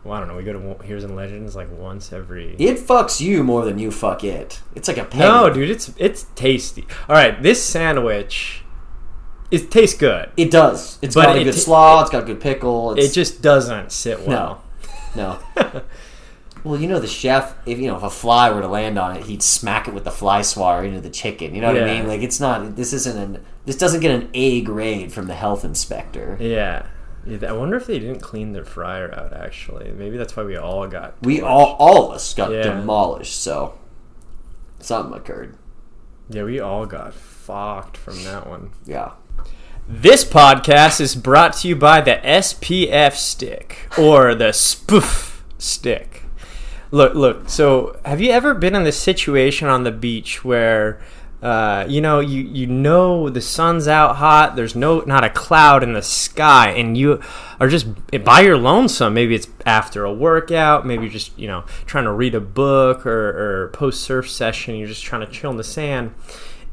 well, I don't know, we go to Wo- Heroes and Legends like once every. It fucks you more than you fuck it. It's like a pen. No, dude, it's it's tasty. All right, this sandwich, it tastes good. It does. It's But got a it good t- slaw. It, has got a good pickle. It's, It just doesn't sit well. no. well, you know the chef. If you know if a fly were to land on it, he'd smack it with the fly swatter into the chicken. You know what I Yeah. mean? Like it's not. This isn't an. This doesn't get an A grade from the health inspector. Yeah. Yeah, I wonder if they didn't clean their fryer out. Actually, maybe that's why we all got. we all all of us got Yeah. demolished. So something occurred. Yeah, we all got fucked from that one. Yeah. This podcast is brought to you by the SPF stick or the spoof stick. Look, look. So, have you ever been in this situation on the beach where, uh, you know, you you know the sun's out hot, there's no not a cloud in the sky, and you are just by your lonesome. Maybe it's after a workout, maybe you're just you know trying to read a book or, or post surf session. You're just trying to chill in the sand,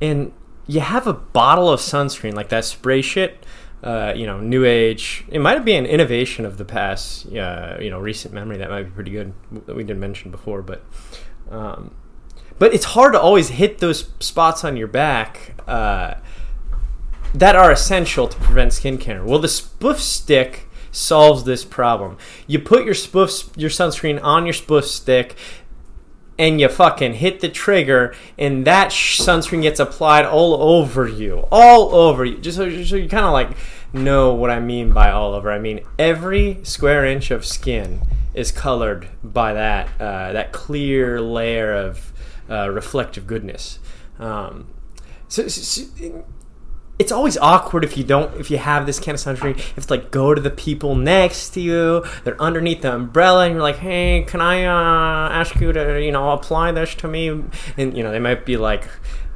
and you have a bottle of sunscreen like that spray shit uh, you know new age it might be an innovation of the past uh, you know recent memory that might be pretty good that we didn't mention before but um, but it's hard to always hit those spots on your back uh, that are essential to prevent skin cancer well the spoof stick solves this problem you put your spoof your sunscreen on your spoof stick and you fucking hit the trigger, and that sh- sunscreen gets applied all over you, all over you. Just so, just so you kind of like know what I mean by all over. I mean every square inch of skin is colored by that uh, that clear layer of uh, reflective goodness. Um, So, so- so- it's always awkward if you don't if you have this kind of sunscreen. If it's like go to the people next to you, they're underneath the umbrella, and you're like, hey, can I uh, ask you to you know apply this to me? And you know they might be like,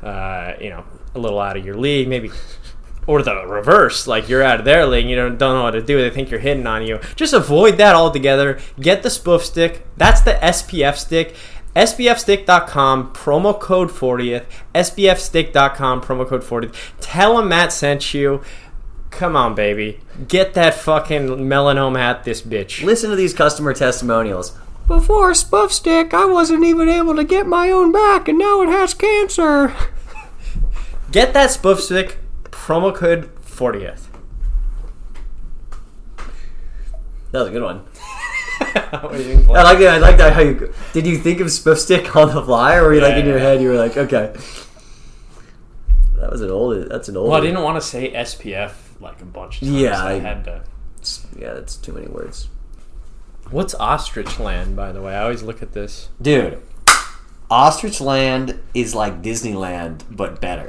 uh, you know, a little out of your league, maybe. Or the reverse, like you're out of their league, and you don't, don't know what to do. They think you're hitting on you. Just avoid that altogether. Get the spoof stick. That's the SPF stick. SBFstick.com, promo code 40th. SBFstick.com, promo code 40th. Tell them Matt sent you. Come on, baby. Get that fucking melanoma out this bitch. Listen to these customer testimonials. Before Spuff Stick, I wasn't even able to get my own back, and now it has cancer. <laughs> Get that spoof stick, promo code 40th. <laughs> That was a good one. What do you think, I Blaine? like that. I like that. How you did you think of Spuff Stick on the fly, or were you like in your Yeah. head? You were like, okay, that was an old. That's an old. well, I didn't want to say SPF like a bunch of times. Yeah, I I- had to. Yeah, that's too many words, What's ostrich land, by the way? I always look at this. dude. Ostrich Land is like Disneyland, but better.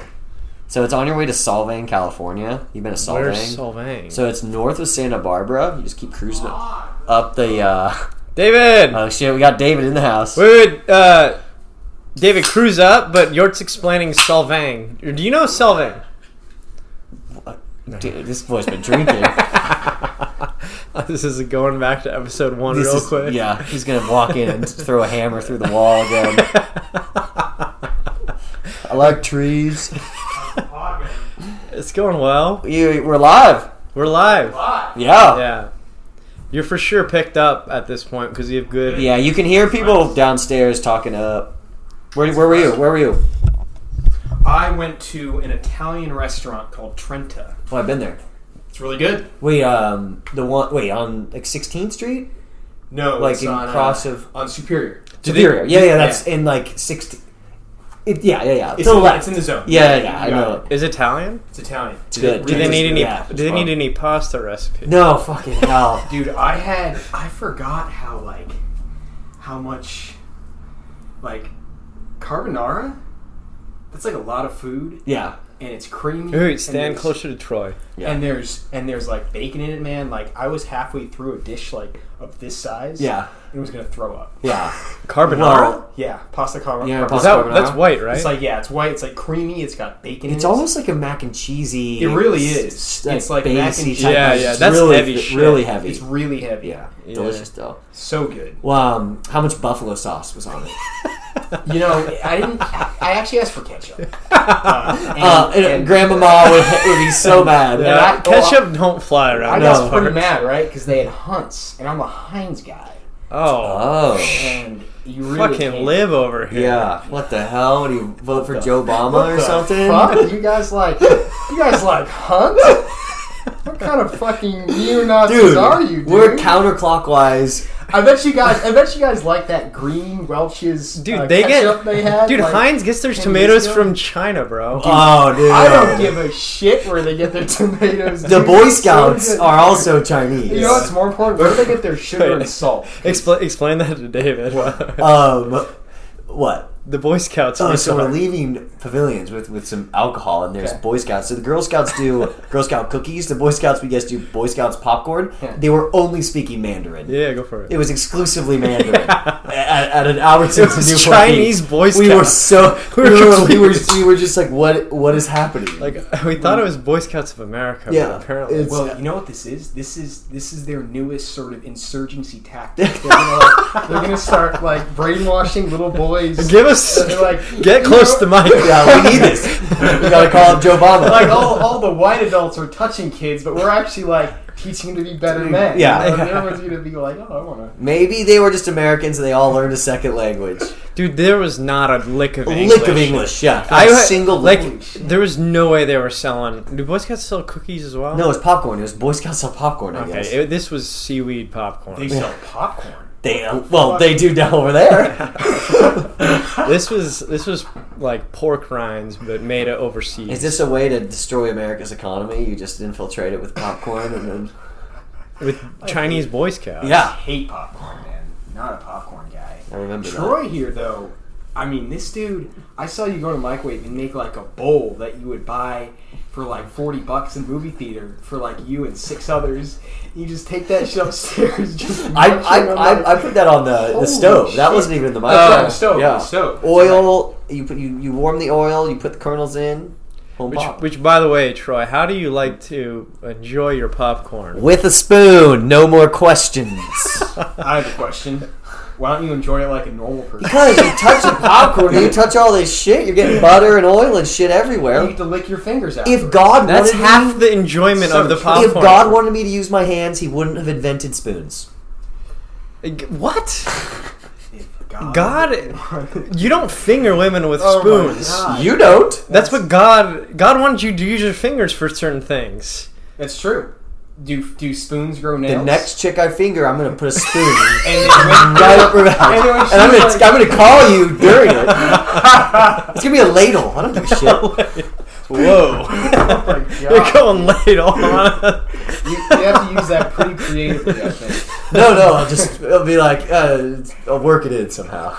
So it's on your way to Solvang, California. You've been to Solvang. Where's Solvang? So it's north of Santa Barbara. You just keep cruising up, up the. Uh, David! oh shit! We got David in the house. Wait, wait, uh, David, Cruz up, but Yort's explaining Solvang. Do you <laughs> know Solvang? <laughs> Dude, this boy's been <laughs> drinking. This is going back to episode one This real is- quick. Yeah, he's gonna walk in and throw a hammer through the wall <laughs> again. I like trees. <laughs> It's going well. You, we're live. We're live. Yeah. yeah. Yeah. You're for sure picked up at this point because you have good. you can hear people downstairs talking up. Where, where were you? Where were you? I went to an Italian restaurant called Trenta. Oh, I've been there. It's really good. Wait, um, the one, wait, on like 16th Street? No, Like it's in on, uh, cross of- on Superior. Superior. yeah, yeah, that's in like 16. It, yeah, yeah, yeah. It's, to the in, left. it's in the zone. yeah, yeah, yeah, I You got know. it. it. Is Italian? It's Italian. It's good. Do they It's- need any? yeah, do it's they fun. need any pasta recipe? No, fucking hell. <laughs> Dude, I had I forgot how like how much like carbonara. That's like a lot of food, Yeah. and it's creamy. Ooh, and stand there's- closer to Troy. Yeah. And there's and there's like bacon in it, man. Like I was halfway through a dish like of this size. Yeah. and was gonna throw up. Yeah. Carbonara. Yeah, pasta carbonara. Yeah, Is pasta that carbonara. that's white, right? It's like yeah, it's white. It's like creamy. It's got bacon. in It's it. almost like a mac and cheesy. It really is. s- It's like mac basey and type Yeah, of- yeah, it's that's really, heavy shit. Really heavy. It's really heavy. yeah, delicious though. so good. Well, um, how much buffalo sauce was <laughs> on it? You know, I didn't. I actually asked for ketchup. <laughs> Uh, and, uh, and and- Grandmama would, would be <laughs> so mad. Yeah, I- oh, ketchup don't fly I around. got those pretty parts. mad, right? Because they had Hunts, and I'm a Heinz guy, Oh, Oh, and you really fucking can't- live over here. yeah. What the hell? Would you vote for Joe Obama or The something? Fuck, you guys like you guys like Hunts? What kind of fucking neo Nazis Dude, are you, dude? we're counterclockwise. I bet you guys. I bet you guys like that green Welch's Dude, uh, they ketchup get they had. dude. like, Heinz gets their ten tomatoes years ago? from China, bro. Oh, dude. I don't give a shit where they get their <laughs> tomatoes. the dude. Boy It's so <laughs> Scouts good. are also Chinese. You know what's more important? Where do they get their <laughs> sugar Wait. and salt? Expl- explain that to David. Um, what? <laughs> the Boy Scouts. Oh, are so we're sorry. leaving pavilions with, with some alcohol, and there's Okay. Boy Scouts. So the Girl Scouts <laughs> do Girl Scout cookies. The Boy Scouts, we guess, do Boy Scouts popcorn. Yeah. They were only speaking Mandarin. Yeah, go for it. It was <laughs> exclusively Mandarin at, at an Albertsons It in was Newport Chinese Beach. Boy We were Scouts. so we <laughs> We were were, we were confused. we were just like, what what is happening? like <laughs> we thought it was Boy Scouts of America. Yeah, but apparently. it's- Well, you know what this is? This is this is their newest sort of insurgency tactic. <laughs> They're gonna, like, they're gonna start like brainwashing little boys. <laughs> Give us. They're like, get you close know- to Mike. <laughs> yeah, we need this. <laughs> We gotta call up Joe Obama. Like all, oh. all the white adults are touching kids, but we're actually like teaching them to be better men. Yeah. you know? And everyone's gonna be like, oh, I wanna. Maybe they were just Americans and they all learned a second language. Dude, there was not a lick of A English. lick of English, yeah. Not I a had- single like. lick. There was no way they were selling. Do Boy Scouts sell cookies as well? No, it was popcorn. It was Boy Scouts sell popcorn. I guess. Okay, it, this was seaweed popcorn. They sell popcorn. They uh, well, they do down over <laughs> there. this was this was like pork rinds, but made it overseas. Is this a way to destroy America's economy? You just infiltrate it with popcorn and then with Chinese Boy Scouts? yeah, hate popcorn, man. Not a popcorn guy. I remember that. Troy here, though, I mean, this dude, I saw you go to the microwave and make like a bowl that you would buy for like 40 bucks in movie theater for like you and six others. You just take that shit upstairs. <laughs> Just I, munch I, it on I, I the- put that on the, Holy the stove. That shit. wasn't even the microwave. Oh, on the stove, on the stove. Oil. You put you, you warm the oil. You put the kernels in. Home Which, pop. which, by the way, Troy, how do you like to enjoy your popcorn? With a spoon. No more <laughs> questions. I have a question. Why don't you enjoy it like a normal person? Because you touch the popcorn, you touch all this shit. You're getting butter and oil and shit You everywhere. get to lick your fingers out. If God That's wanted me- half the enjoyment So of the true. popcorn. if God wanted me to use my hands, He wouldn't have invented spoons. what? God, God- <laughs> You don't finger women with Oh my spoons. God. You don't. That's what God God wanted you to use your fingers for certain things. That's true. Do do spoons grow nails? The next chick I finger, I'm gonna put a spoon And <laughs> then when- right up <laughs> her mouth, And and, then when I'm she's gonna I'm like- gonna call you during it. it's gonna be a ladle. I don't give a shit. <laughs> Whoa. Oh my You're God. going late on. <laughs> you, you have to use that pretty creatively, I think. No, no, I'll just I'll be like, uh, I'll work it in somehow.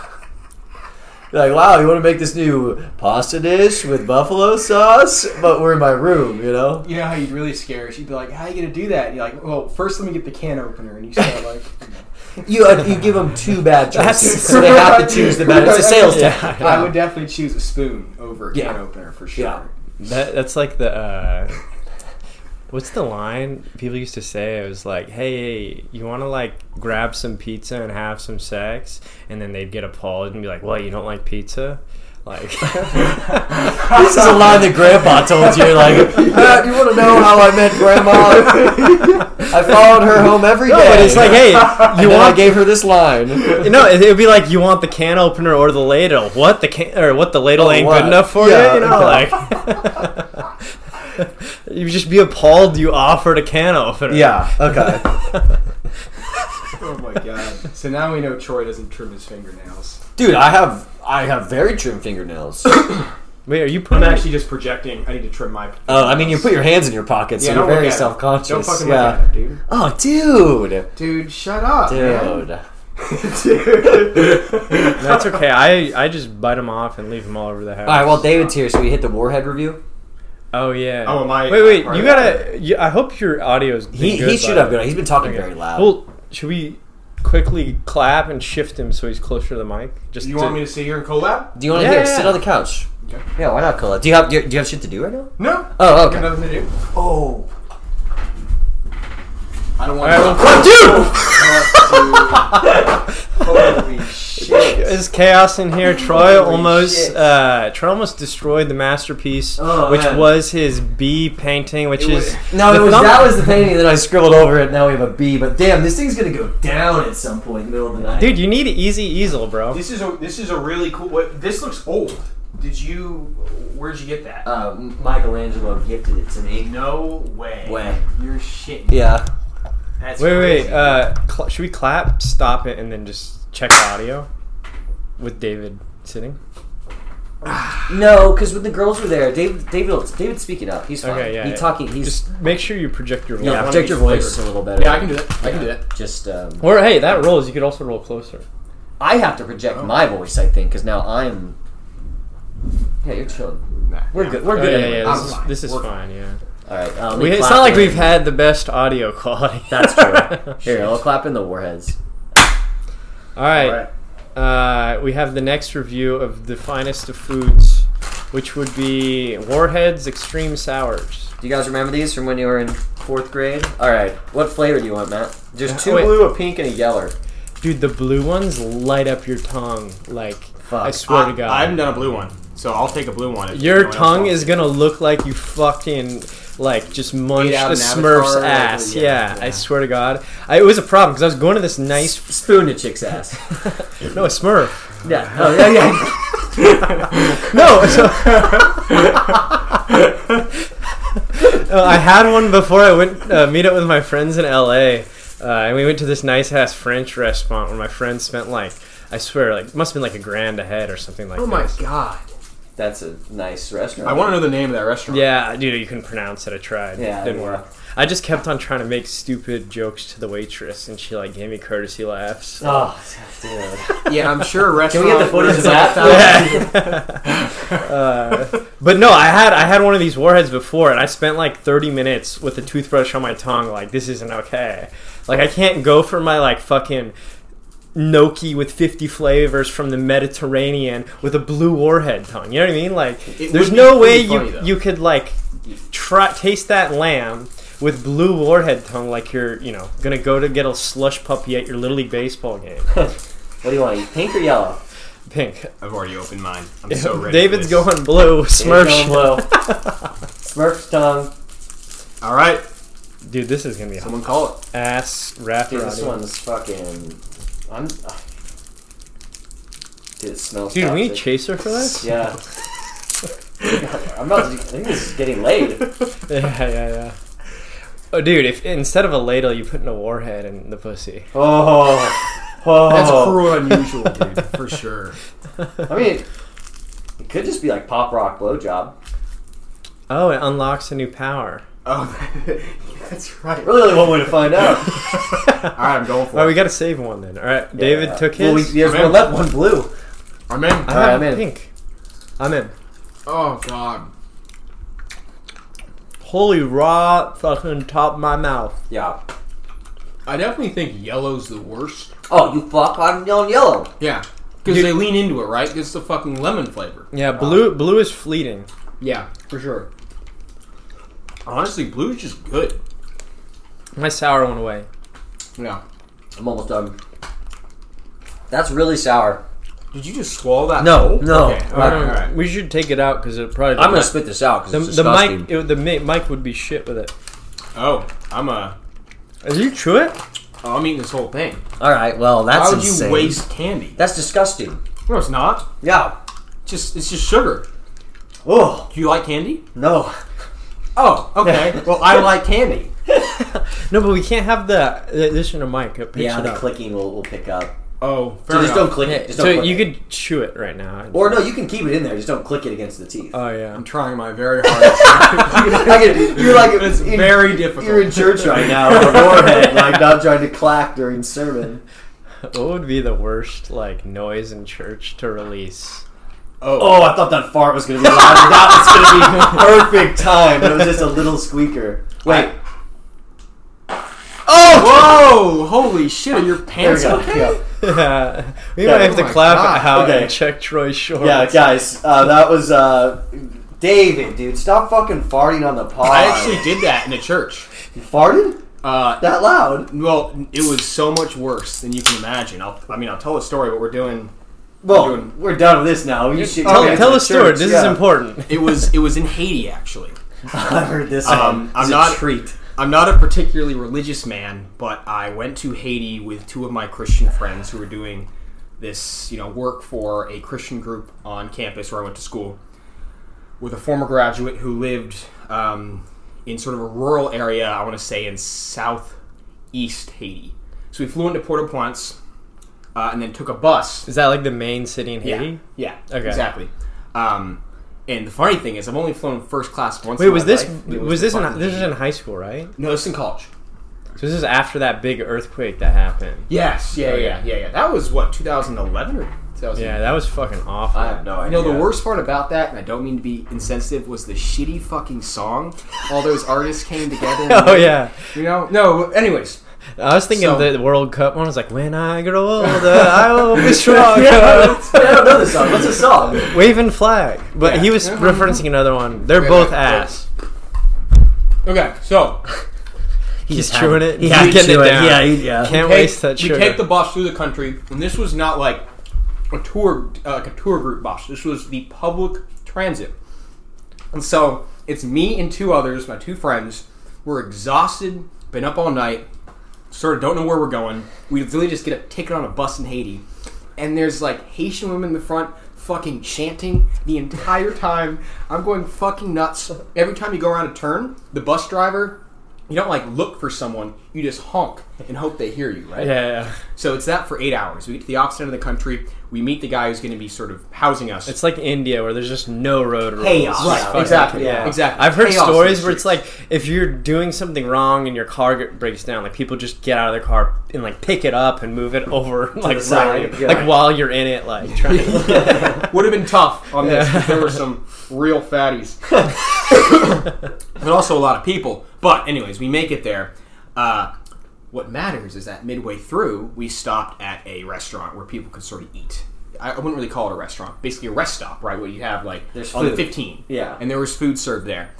Be Like, wow, you want to make this new pasta dish with buffalo sauce, but we're in my room, you know? You know how you'd really scare her? She'd be like, "How you gonna do that?" And you're like, "Well, first let me get the can opener," and you start like, You uh, you give them two bad choices, That's- so they have to choose the bad. It's a sales Yeah. tactic. "I would definitely choose a spoon over a Yeah. can opener for sure." Yeah. That, that's like the uh, what's the line people used to say? It was like, "Hey, you want to like grab some pizza and have some sex?" And then they'd get appalled and be like, "What? You don't like pizza?" Like, <laughs> This is a line that Grandpa told you. <laughs> Like, "Uh, you want to know how I met Grandma? I followed her home every day. no, but it's <laughs> like, "Hey, you you then I want?" gave her this line. no, it would be like you want the can opener or the ladle. What the can or what the ladle Oh, ain't what? good enough for Yeah, you? You know, like <laughs> you just be appalled. You offered a can opener. Yeah. Okay. <laughs> Oh my god! So now we know Troy doesn't trim his fingernails. <laughs> Dude, I have I have very trim fingernails. Uh, Wait, are you putting I'm actually just projecting. I need to trim my. Oh, I mean, you put your hands in your pockets, so Yeah, you're don't look very at it. self conscious. Don't fucking yeah. look at it, dude. Oh, dude, Dude, shut up, man. dude. <laughs> dude. That's okay. I I just bite them off and leave them all over the house. All right, well, David's here, so we hit the Warhead review. Oh yeah. Oh, am I- Wait, wait. part You of gotta. You, I hope your audio's. been He, good, he should by have the been. way. He's been talking Okay. very loud. Well, should we quickly clap and shift him so he's closer to the mic? Just You want me to sit here and collab? do you want to yeah, here yeah. sit on the couch? Okay. Yeah, why not, Cola? Do you have do you, do you have shit to do right now? No. Oh, I got okay. nothing to do. Oh. I don't want All Oh, right, <laughs> well, Holy shit. There's chaos in here. Troy Holy almost shit. uh, Troy almost destroyed the masterpiece, Oh, which man. was his bee painting, which It was- is No, the it was, thumb- that was the painting, and then I scribbled over it. Now we have a B, but damn, this thing's gonna go down at some point in the middle of the night. Dude, you need an easy easel, bro. This is a this is a really cool. What, this looks old. Did you? Where'd you get that? uh, Michelangelo gifted it to me. no way. Way. You're shitting. Yeah. That's Wait, wait. crazy. Uh, cl- should we clap, stop it, and then just check the audio with David sitting? No, because when the girls were there, David, David, David's speaking up. He's fine. Okay, yeah, He's yeah. talking. He's Just make sure you project your yeah. roll. Project your voice a little better. yeah, I can do that. I can do that. Just um, Or hey, that rolls. You could also roll closer. I have to project Oh. my voice, I think, because now I'm. Yeah, you're chilling. Nah. We're good. We're Oh, good. yeah, anyway. yeah, I'm this is, fine. this is We're fine. Yeah, All right. Um, we, it's not like we've had Oh, the best audio quality. That's <laughs> true. Here, I'll clap in the warheads. All right. All right. Uh, we have the next review of the finest of foods, which would be Warheads Extreme Sours. Do you guys remember these from when you were in fourth grade? All right. What flavor do you want, Matt? There's two Uh, Wait. blue, a pink, and a yeller. Dude, the blue ones light up your tongue. Like, Fuck. I swear to God. I haven't done a blue one, so I'll take a blue one. if no Your one else tongue wants is gonna look like you fucking like just munched out a an Smurf's avatar, like, ass. yeah, yeah, I swear to God, I, it was a problem because I was going to this nice Spoon a chick's ass. no a Smurf. <laughs> yeah. Oh, yeah. Yeah. <laughs> No, so, <laughs> Uh, I had one before I went uh, meet up with my friends in L.A. Uh, and we went to this nice ass French restaurant where my friends spent like I swear like must have been like a grand a head or something like. Oh that. my god. That's a nice restaurant. I want to know the name of that restaurant. Yeah, dude, you couldn't pronounce it. I tried. Yeah, it didn't yeah. work. I just kept on trying to make stupid jokes to the waitress, and she like gave me courtesy laughs. Oh, dude. yeah. I'm sure a <laughs> Can restaurant. we get the footage of <laughs> that? Uh, But no, I had I had one of these warheads before, and I spent like 30 minutes with a toothbrush on my tongue, like this isn't okay. Like I can't go for my like fucking gnocchi with 50 flavors from the Mediterranean with a blue warhead tongue. You know what I mean? Like It there's would be no way pretty funny, you though. you could like try taste that lamb. With blue warhead tongue, like you're, you know, gonna go to get a slush puppy at your little league baseball <laughs> game. What do you want? to eat, Pink or yellow? Pink. I've already opened mine. I'm so ready. for David's this. going blue. Smurf. Blue. <laughs> Smurf's tongue. All right, Dude, this is gonna be a someone call it. ass rapper. Dude, this one's fucking. I'm. Dude, it smells. Dude, we need toxic. chaser for <laughs> this? Yeah. I'm about to. I think this is getting late. <laughs> yeah, yeah, yeah. Oh, dude, if instead of a ladle, you put in a warhead in the pussy. Oh. oh. That's cruel <laughs> and unusual, dude, for sure. I mean, it could just be like pop rock blowjob. Oh, it unlocks a new <laughs> power. Oh, <laughs> that's right. Really, only one way to find out. All right, I'm going Oh, for we it. gotta save one then. All right, David Yeah. took his. Well, we, there's I'm one in. left, one blue. I'm I in. All right, have I'm in. pink. I'm in. Oh God. Holy raw fucking top of my mouth. Yeah. I definitely think yellow's the worst. Oh, you fuck! I'm yelling yellow. Yeah, because Dude- they lean into it, right? It's the fucking lemon flavor. Yeah, Uh, blue blue is fleeting. Yeah, for sure. Honestly, blue's just good. My sour went away. Yeah. I'm almost done. That's really sour. Did you just swallow that? No, whole? no. Okay. I All don't- right, all right. We should take it out because it probably. I'm gonna spit this out the, because it's the disgusting. mic it, the mi- mic would be shit with it. Oh, I'm a. Are you chew it? Oh, I'm eating this whole thing. All right. Well, that's How would insane. you waste candy? That's disgusting. No, it's not. Yeah. Just it's just sugar. Oh Do you like candy? no. <laughs> Oh, okay. well, I like candy. No, but we can't have the, the addition of mic. It picks Yeah, it the up. clicking will, will pick up. Oh, So fair just don't enough. click Yeah, it. Just don't so click you it. could chew it right now. Or no, you can keep it in there. Just don't click it against the teeth. oh yeah. I'm trying my very hard. <laughs> I get- <laughs> you're <laughs> like it's in- very difficult. You're in church right now on a <laughs> warhead, like not trying to clack during sermon. What would be the worst like noise in church to release? oh, Oh, I thought that fart was gonna be loud. <laughs> That was gonna be perfect time. But it was just a little squeaker. Wait, whoa! Holy shit! Your Oh! there we pants go. okay? Yeah. Yeah, we might have to oh my clap God. out Okay. and check Troy's shorts. Yeah, guys, uh, that was uh, David, dude. Stop fucking farting on the pod. I actually did that in a church. you farted Uh, that loud. Well, it was so much worse than you can imagine. I'll, I mean, I'll tell the story, but we're doing. Well, doing- we're done with this now. You should Tell, go back tell to a story. church. This is Yeah. important. <laughs> It was it was in Haiti actually. <laughs> I heard this. Um, one. I'm It's a not- <laughs> treat. I'm not a particularly religious man, but I went to Haiti with two of my Christian friends who were doing this, you know, work for a Christian group on campus where I went to school with a former graduate who lived um, in sort of a rural area. I want to say in southeast Haiti. So we flew into Port-au-Prince uh, and then took a bus Is that like the main city in Haiti? Yeah. yeah Okay. Exactly. Um, and the funny thing is, I've only flown first class once. Wait, in was my this life. It was this in fucking- this is in high school, right? No, this is in college. So this is after that big earthquake that happened. Yes. Yeah. Oh, Yeah. Yeah. Yeah. That was what 2011 or 2000. Yeah, that was fucking awful. I have no You idea. know the worst part about that, and I don't mean to be insensitive, was the shitty fucking song. All those artists came together. <laughs> <laughs> and- Oh yeah, You know. No. Anyways. I was thinking So- the World Cup one. I was like, when I grow older, <laughs> I will be stronger. I don't know this song. What's the song? Waving flag. But Yeah. he was Mhm. referencing another one. They're Right, both right, right. ass. Okay. So He's just chewing had- it. he He's had to getting chew it it. down. Yeah, he- yeah. Can't take- waste that we sugar. take the bus through the country, and this was not like a tour, uh, like a tour group bus. This was the public transit, and so it's me and two others, my two friends. We're exhausted, been up all night, sort of don't know where we're going. We literally just get up, taken on a bus in Haiti, and there's like Haitian women in the front. Fucking chanting the entire time. I'm going fucking nuts. Every time you go around a turn, the bus driver You don't like look for someone. You just honk and hope they hear you, right? Yeah, So it's that for eight hours. We get to the opposite end of the country. We meet the guy who's going to be sort of housing us. it's like India where there's just no road rules. Chaos. It's Right, fucking exactly, chaos. exactly. I've heard Chaos in stories the where it's like streets. if you're doing something wrong and your car get, breaks down, like people just get out of their car and like pick it up and move it <laughs> over like the side, road, yeah. like while you're in it, like trying. <laughs> to... <laughs> would have been tough on this because there were some <laughs> real fatties, <coughs> but also a lot of people. But anyways, we make it there. Uh, what matters is that midway through, we stopped at a restaurant where people could sort of eat. I I wouldn't really call it a restaurant, basically a rest stop, right? Where you have like There's on the food. 15, Yeah. and there was food served there.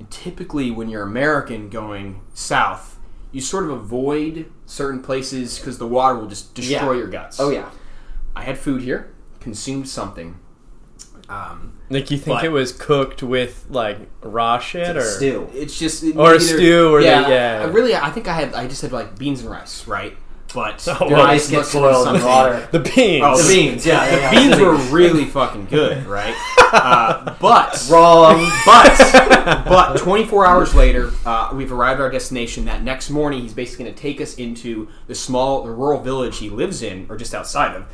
And typically, when you're American going south, you sort of avoid certain places because the water will just destroy your guts. Oh yeah. I had food here, consumed something. Um, like you think But- it was cooked with like raw shit or Still. it's just it- Or a stew or the- yeah. I really, I think I had I just had like beans and rice, right? <laughs> But Oh, well, there Rice was gets mustard boiled in something. water. the beans? <laughs> Oh, The beans, yeah. yeah, yeah. Beans were really fucking good, right? Uh, but <laughs> wrong. but but 24 hours later, uh, we've arrived at our destination. That next morning, he's basically going to take us into the small, the rural village he lives in, or just outside of.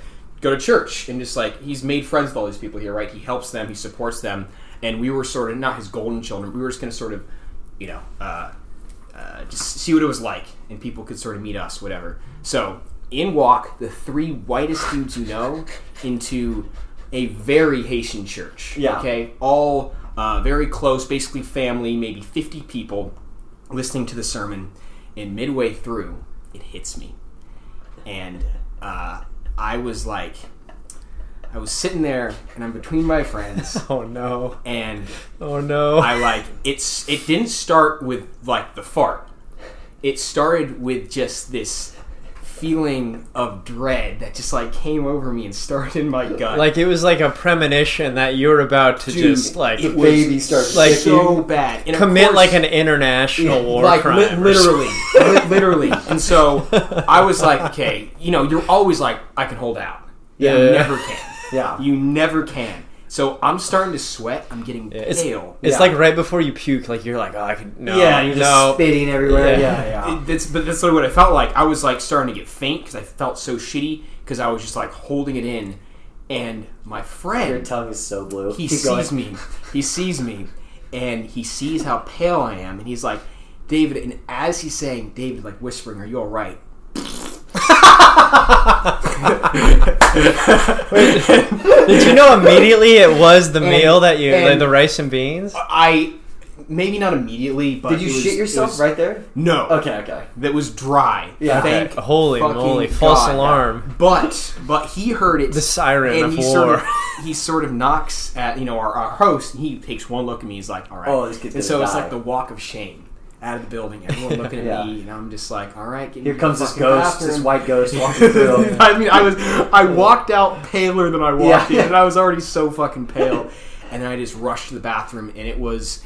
Go to church and just like he's made friends with all these people here, right? He helps them, he supports them, and we were sort of not his golden children. We were just going to sort of, you know, uh, uh, just see what it was like, and people could sort of meet us, whatever. So in walk the three whitest dudes you know into a very Haitian church. Yeah. Okay, all uh, very close, basically family, maybe fifty people listening to the sermon. And midway through, it hits me, and uh, I was like, I was sitting there, and I'm between my friends, <laughs> Oh no! and Oh no! I like it's it didn't start with like the fart. It started with just this feeling of dread that just like came over me and started in my gut. like it was like a premonition that you were about to Dude, just like it was Baby starts like, so bad. And of commit course- like an international war like crime. li- or literally, li- literally. And so I was like, okay, you know, you're always like, I can hold out. Yeah, you Yeah. never can. Yeah. you never can. So I'm starting to sweat. I'm getting It's, pale. it's Yeah. like right before you puke, like you're like, oh, I can no, yeah, you're just no. spitting everywhere. Yeah. Yeah, yeah. It- That's but that's sort of what I felt like. I was like starting to get faint because I felt so shitty because I was just like holding it in, and my Your friend tongue is so blue. he Keep sees going. me, he sees me, and he sees how pale I am, and he's like, David, and as he's saying, David, like whispering, "Are you all right?" Did <laughs> you know immediately it was the meal that you, and- Uh, like the rice and beans? I maybe not immediately, but Did you it was- shit it yourself was- right there? No, Okay, okay. that was dry. Yeah. Thank Holy fucking moly! False God. alarm. But but he heard it. The siren and of he war. sort of <laughs> he sort of knocks at you know our, our host and he takes one look at me he's like all right Oh, this kid's and gonna so it's die. like the walk of shame out of the building everyone looking <laughs> at Yeah. me and I'm just like all right get me Here to comes the this fucking ghost, bathroom." this white ghost walking <laughs> through. I mean I was I walked out paler than I walked Yeah. in and I was already so fucking pale and then I just rushed to the bathroom and it was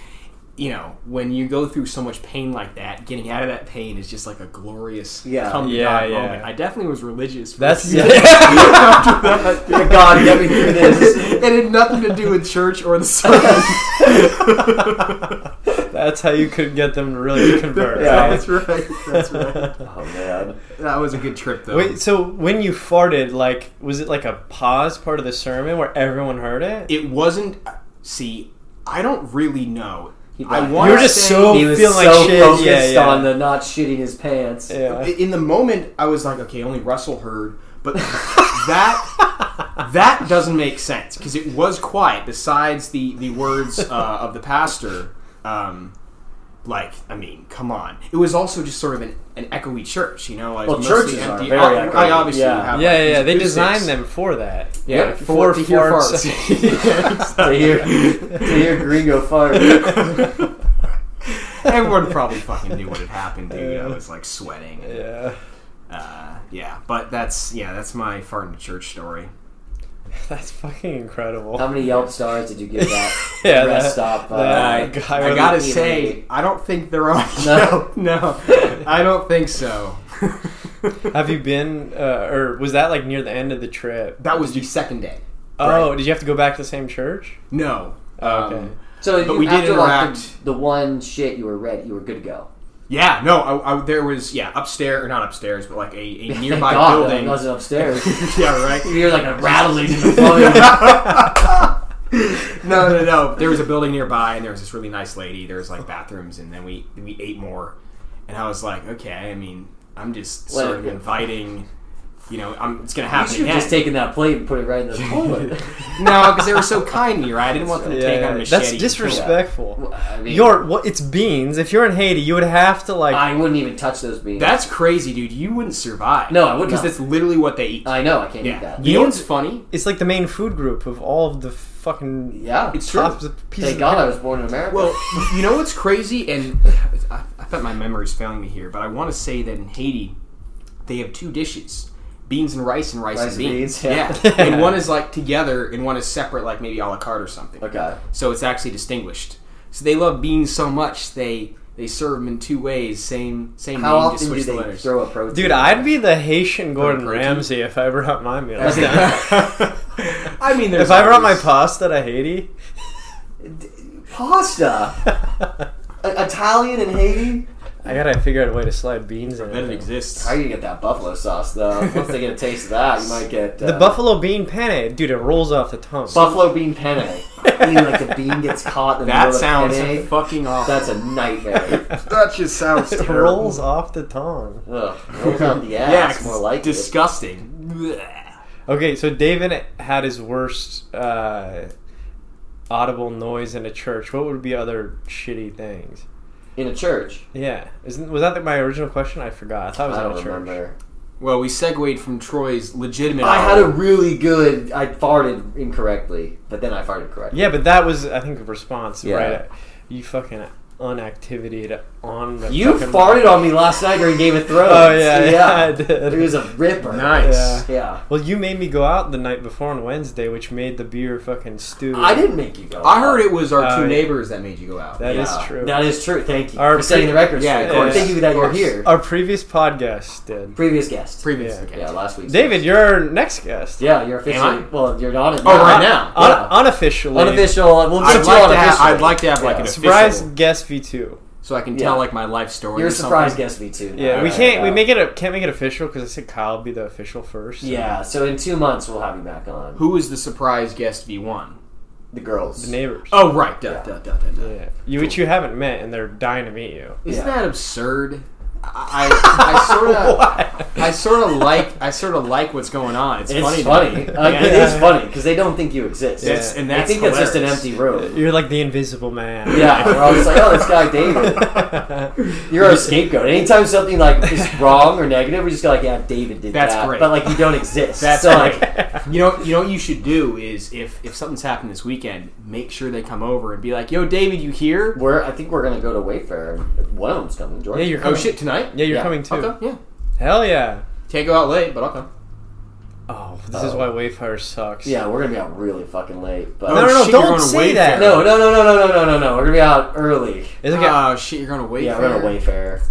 you know when you go through so much pain like that getting out of that pain is just like a glorious Yeah. come to Yeah, God yeah. moment I definitely was religious for <laughs> That's <laughs> a few Dear God, get me through this. <laughs> it had nothing to do with church or <laughs> the sermon. that's how you could get them to really <laughs> convert. Yeah. right? <laughs> That's right. That's right. Oh man. That was a good trip, <laughs> though. Wait, so when you farted, like, was it like a pause part of the sermon where everyone heard it? It wasn't. See, I don't really know. I lied. want You to were just say, so- He was Feeling like so shit, focused yeah, yeah. on the not shitting his pants. yeah. In the moment, I was like, okay, only Russell heard, but that that doesn't make sense because it was quiet. Besides the the words uh, of the pastor. Um, like, I mean, come on. It was also just sort of an, an echoey church, you know? Like Well, mostly churches are empty. very I, I echoey, obviously yeah. have Yeah, like, yeah, these yeah. They acoustics. designed them for that. Yeah, Like, for- to hear <laughs> To hear, to hear Gringo fart. <laughs> Everyone probably fucking knew what had happened, dude. I was like sweating. and, Yeah, Uh, yeah, but that's yeah, that's my fart in the church story. <laughs> that's fucking incredible. How many Yelp stars did you give that? <laughs> yeah, rest that- stop, uh, that I- guy I with- gotta you say, mean- I don't think <laughs> they're on. No. No, no, I don't think so. Have you been, uh, or was that like near the end of the trip? That was the second day. Oh, did you have to go back to the same church? No. Oh, okay. Um, So But you, we did after like the- interact. the, one shit you were ready, you were good to go. Yeah, no, I, I, there was yeah upstairs or not upstairs, but like <laughs> a, a nearby God, building. It wasn't upstairs. <laughs> yeah, right. you hear like a rattling in <laughs> the plumbing. No, no, no. There was a building nearby, and there was this really nice lady. There was like bathrooms, and then we we ate more. And I was like, okay, I mean, I'm just Well, sort of inviting. You know, I'm, it's gonna I happen should have again. just taken that plate and put it right in the <laughs> toilet. no, because they were so <laughs> kind to me, right? I didn't want them to take on a Yeah, machete. that's disrespectful. Well, I mean, You're well, it's beans. If you're in Haiti, you would have to like. I wouldn't even touch those beans. That's crazy, dude. You wouldn't survive. No, I would because not. that's literally what they eat. I know I can't yeah. eat that. You know what's funny? it's like the main food group of all of the fucking Yeah, It's true. top pieces. Thank of God I pie. was born in America. <laughs> Well, you know what's crazy, and I, I bet my memory's failing me here, but I want to say that in Haiti, they have two dishes: beans and rice, and rice, Rice and and beans. beans, yeah. and <laughs> one is like together, and one is separate, like maybe a la carte or something. okay. So it's actually distinguished. So they love beans so much they they serve them in two ways, same same How name, just often do switch the they letters. throw a protein? Dude, I'd be the Haitian Gordon protein? Ramsay if I brought my meal. <laughs> I mean, <laughs> there's if I brought my always- pasta to Haiti, <laughs> pasta. I- Italian in Haiti. I gotta figure out a way to slide beans in. I bet it it. exists. How are you gonna get that buffalo sauce <laughs> though? Once they get a taste of that, you might get uh, The buffalo bean penne, dude, it rolls off the tongue. <laughs> buffalo bean penne. I mean, like the bean gets caught in the middle That of the sounds penne. fucking awful. That's a <laughs> nightmare. that just sounds it rolls off the tongue. Ugh, rolls out the ass. Yeah, more like it. disgusting. Okay, so David had his worst uh, audible noise in a church. What would be other shitty things? in a church. Yeah, isn't was that my original question? I forgot. I thought it was I at a don't church. remember. Well, we segued from Troy's legitimate. I had a really good. I farted incorrectly, but then I farted correctly. Yeah, but that was I think a response Yeah. right. At, you fucking unactivity to on. The You fucking- farted on me last night during Game of Thrones. Oh yeah, yeah, I did. It was a ripper. nice. Yeah. Yeah. Well, you made me go out the night before on Wednesday, which made the beer fucking stew. I didn't make you go. I heard it was our Oh, two yeah. neighbors that made you go out. That is Yeah, true. That is true. Thank you Our for setting the pre- record yeah, straight. of course. Thank you that Of you're course. here. Our previous podcast did. Previous guest. Previous. Yeah. Okay. yeah, last week. David, your next guest. Yeah, you're officially. Am I? Well, you're not. Oh, right now. Un- Yeah. Unofficially. Unofficial. uh, We'll I'd get you like, on to have, officially. I'd like to have like Yeah. an Surprise official, guest V two. so I can Yeah. tell like my life story. You're or a surprise something. guest, me too. Yeah, we Uh, can't. We yeah. make it. A, can't make it official because I said Kyle would be the official first. Yeah, so in two months we'll have you back on. Who is the surprise guest V one? The girls. The neighbors. Oh right, duh, Yeah. duh, duh, duh, duh. Yeah. You which you haven't met, and they're dying to meet you. Isn't Yeah. that absurd? I, <laughs> I sort of, What? I sort of like, I sort of like what's going on. It's, It's funny. funny. though. Uh, Yeah. It is funny because they don't think you exist. Yeah. It's- and They that's think that's just an hilarious. empty room. You're like the Invisible Man. <laughs> Yeah, we're always like, oh, this guy David. You're our scapegoat. Anytime something like is wrong or negative, we just go like, yeah, David did That's that. great. But like, you don't exist. That's so, great. like, You know, you know what you should do is if if something's happened this weekend, make sure they come over and be like, "Yo, David, you here? we're I think we're gonna go to Wayfair. and One of them's coming, yeah, Jordan. you're Oh coming. shit, tonight? Yeah, you're Yeah. coming too. I'll come. Yeah, Hell yeah. can't go out late, but I'll come. Oh, this is why Wayfair sucks. Yeah, we're gonna be out really fucking late. But No, no, no! Oh, shit, you're don't going to say Wayfair. that. no, no, no, no, no, no, no, no, no. We're gonna be out early. It's okay. Oh shit, you're gonna wait. Yeah, for we're gonna Wayfair.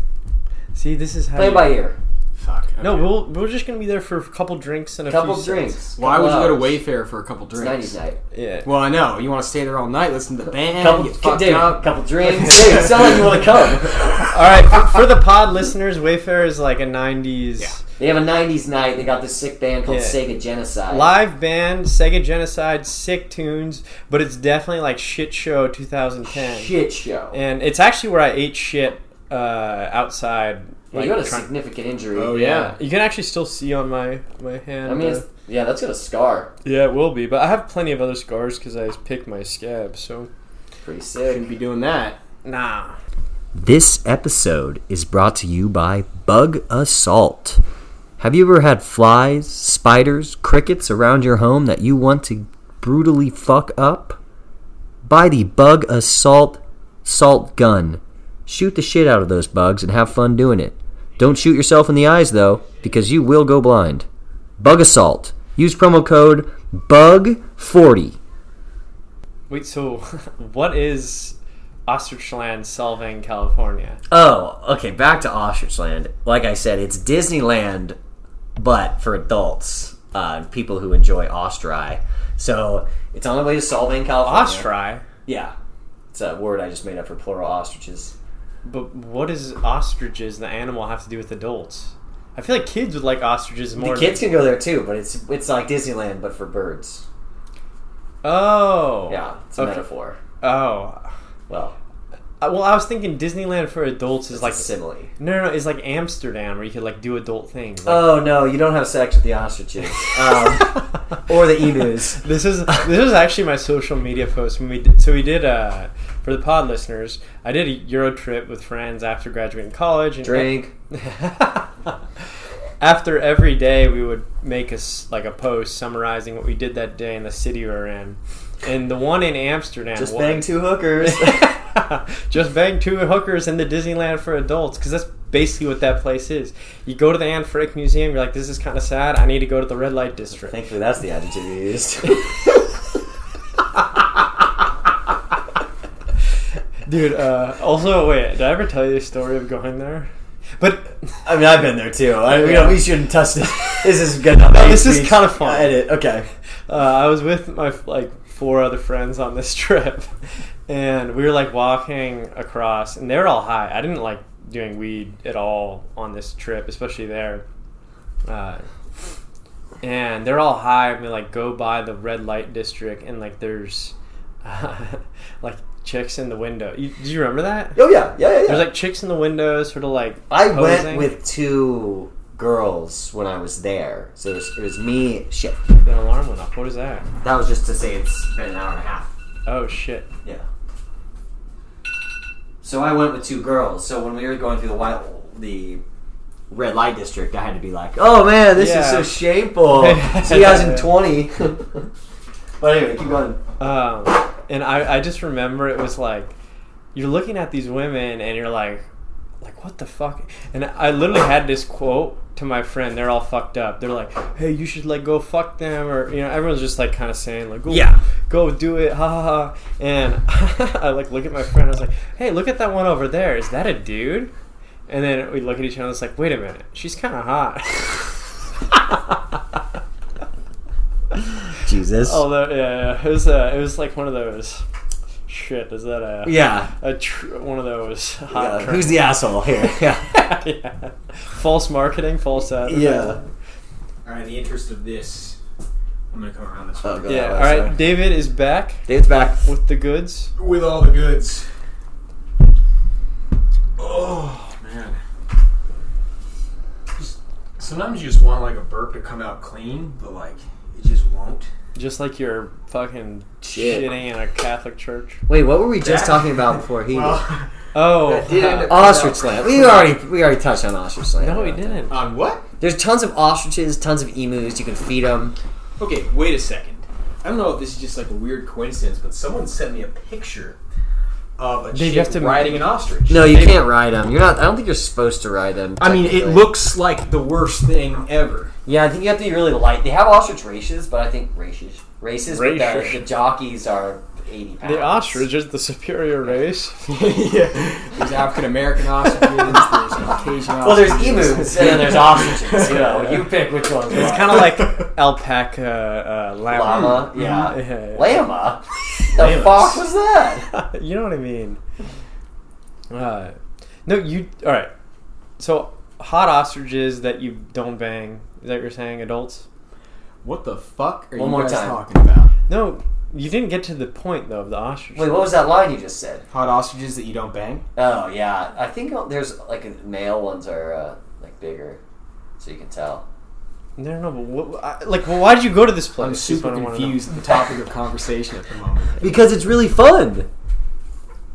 See, this is how. Play you- by ear. Fuck. okay. No, we'll, we're just gonna be there for a couple drinks and a Couple few sets. drinks. Why would couple you go to hours. Wayfair for a couple It's drinks? nineties night. Yeah. Well, I know you want to stay there all night, listen to the band, Couple, get fucked David, up. couple <laughs> drinks. Dude, sound like you want to come. All right, for, for the pod listeners, Wayfair is like a '90s They have a '90s night. They got this sick band called Yeah. Sega Genocide. live band, Sega Genocide, sick tunes, but it's definitely like shit show 2010. Shit show. And it's actually where I ate shit uh, outside. Yeah, you got a trying- significant injury. Oh yeah. you can actually still see on my my hand. I mean, uh, it's, yeah, that's gonna scar. yeah, it will be. But I have plenty of other scars because I picked my scab. So Pretty sick. shouldn't be doing that. nah. This episode is brought to you by Bug Assault. Have you ever had flies, spiders, crickets around your home that you want to brutally fuck up? Buy the Bug Assault Salt Gun. Shoot the shit out of those bugs and have fun doing it. Don't shoot yourself in the eyes though, because you will go blind. Bug Assault. Use promo code BUG40. Wait, so <laughs> what is ostrich land solving California? Oh, okay. Back to Ostrich Land. Like I said, it's Disneyland, but for adults, uh, people who enjoy Ostri. So it's on the way to Solvang, California. Ostri. Yeah. It's a word I just made up for plural ostriches. But what does ostriches, the animal, have to do with adults? I feel like kids would like ostriches more. The than- kids can go there too, but it's it's like Disneyland but for birds. Oh. Yeah, it's a Okay. metaphor. Oh. Well, Uh, Well, I was thinking Disneyland for adults is it's like like simile. no, no, no, it's like Amsterdam where you could like do adult things. Like, Oh no, you don't have sex with the ostriches <laughs> um, or the emus. This is this is actually my social media post when we did, so we did uh for the pod listeners. I did a Euro trip with friends after graduating college and Drink. <laughs> after every day we would make us like a post summarizing what we did that day in the city we were in. And the one in Amsterdam Just was- bang two hookers. <laughs> just bang two hookers in the Disneyland for adults because that's basically what that place is. You go to the Anne Frank Museum, you're like, this is kind of sad. I need to go to the red light district. Thankfully, that's the adjective you used. <laughs> Dude, uh, also, wait, did I ever tell you the story of going there? But I mean, I've been there too. I, we, Yeah. don't- we shouldn't touch this. <laughs> This is good. enough. this is We- kinda fun. Edit. Okay. uh, I was with my like four other friends on this <laughs> trip, and we were like walking across, and they were all high. I didn't like doing weed at all on this trip, especially there. Uh, and they're all high, and we like go by the red light district, and like there's <laughs> like chicks in the window. You, do you remember that? Oh yeah, yeah, yeah. yeah. There's like chicks in the window, sort of like I went posing. with two girls when I was there, so it was, it was me. Shit, The alarm went off. What is that? that was just to say it's been an hour and a half. Oh shit! Yeah. So I went with two girls. So when we were going through the white, the red light district, I had to be like, "Oh man, this is Yeah. so shameful." <laughs> See, I was in twenty. <laughs> but anyway, keep going. Um, and I, I just remember it was like you're looking at these women and you're like, like what the fuck? And I literally had this quote to my friend. They're all fucked up. They're like, hey, you should like go fuck them, or you know, everyone's just like kind of saying like, go, Yeah. go do it, ha ha ha. And <laughs> I like look at my friend. I was like, hey, look at that one over there. Is that a dude? And then we look at each other. and It's like, wait a minute, she's kind of hot. Jesus. <laughs> Although, yeah, yeah, it was uh, it was like one of those. Shit, is that a yeah. a tr- one of those <laughs> hot Yeah, Who's the asshole here? <laughs> Yeah. trends? yeah. false marketing, false advertising. yeah. All right, in the interest of this, I'm gonna come around this Oh, God, yeah. I'm All right, sorry. David is back Dave's back. with the goods. with all the goods. Oh man. Just- Sometimes you just want like a burp to come out clean, but like it just won't. Just like you're fucking Shit. shitting in a Catholic church. Wait, what were we just That- talking about before he? <laughs> Well, <laughs> Oh, did end up- ostrich slam. We already we already touched on ostrich slam. no, he didn't. on what? There's tons of ostriches, tons of emus. You can feed them. Okay, wait a second. I don't know if this is just like a weird coincidence, but someone sent me a picture of a Dave, chick you have to- riding an ostrich. No, you can't ride them. You're not. I don't think you're supposed to ride them. I mean it technically. looks like the worst thing ever. Yeah, I think you have to be really light. They have ostrich races, but I think races races. but Races. The, the jockeys are eighty pounds. The ostrich is the superior race. <laughs> <laughs> yeah. There's African American ostriches, there's Caucasian Well, there's <laughs> emus and then there's ostriches. You know, you pick which one's It's kind of like <laughs> alpaca, uh, llama. <laughs> llama. Yeah, Yeah. llama. The fuck was that? <laughs> you know what I mean. Uh, no, you. All right. So hot ostriches that you don't bang. Is that what you're saying, adults? What the fuck are One you more guys time. talking about? No, you didn't get to the point though of the ostrich. Wait, what was that line you just said? Hot ostriches that you don't bang? Oh yeah, I think there's like male ones are uh, like bigger, so you can tell. No, no, but what, I, like, well, why did you go to this place? I'm Is super what I wanna know. confused at the topic of conversation at the moment. <laughs> Because it's really fun.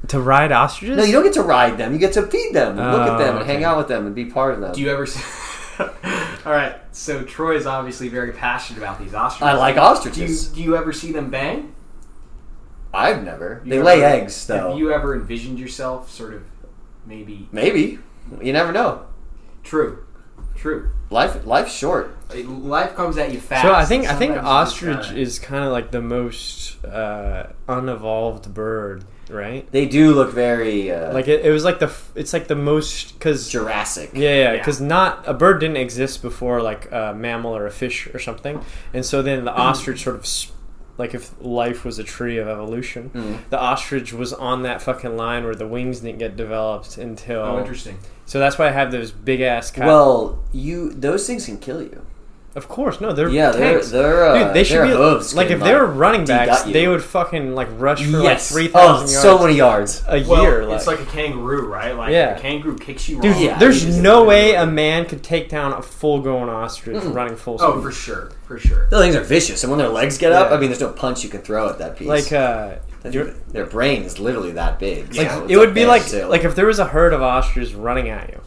To ride ostriches? No, you don't get to ride them. You get to feed them, and look at them, Oh, and okay. hang out with them, and be part of them. Do you ever? s- <laughs> All right, so Troy is obviously very passionate about these ostriches. I like Do you, ostriches. do you ever see them bang? I've never. You they ever- lay eggs, though. Have you ever envisioned yourself sort of maybe? Maybe. You never know. True, true. Life, life's short. Uh, Life comes at you fast. uh, So I think and I think sometimes you just ostrich gotta- is kind of like the most uh, unevolved bird, right? They do look very uh, Like it, it was like the f- it's like the most because Jurassic. Yeah, yeah, Yeah. because not a bird Mm. didn't exist before like a mammal or a fish or something, and so then the ostrich sort of s- like if life was a tree of evolution, Mm. the ostrich was on that fucking line where the wings didn't get developed until. Oh, interesting. So that's why I have those big ass. cow- Well, you those things can kill you. of course, no, they're Yeah, they're tanks. they're uh, Dude, they should their be hooves like can, if they were running de-gut backs, you. they would fucking like rush for yes, like three thousand oh, yards so many yards. a Well, year. it's like a kangaroo, right? Like Yeah. if a kangaroo kicks you Dude, wrong. oh, Yeah. there's you just- no way a man could take down a full-grown ostrich running full speed. Oh, for sure, for sure. Those things are vicious, and when their legs get up, Yeah. I mean, there's no punch you can throw at that piece. like, uh, you're- their brain is literally that big. like so it's it up would be there like still. like if there was a herd of ostriches running at you.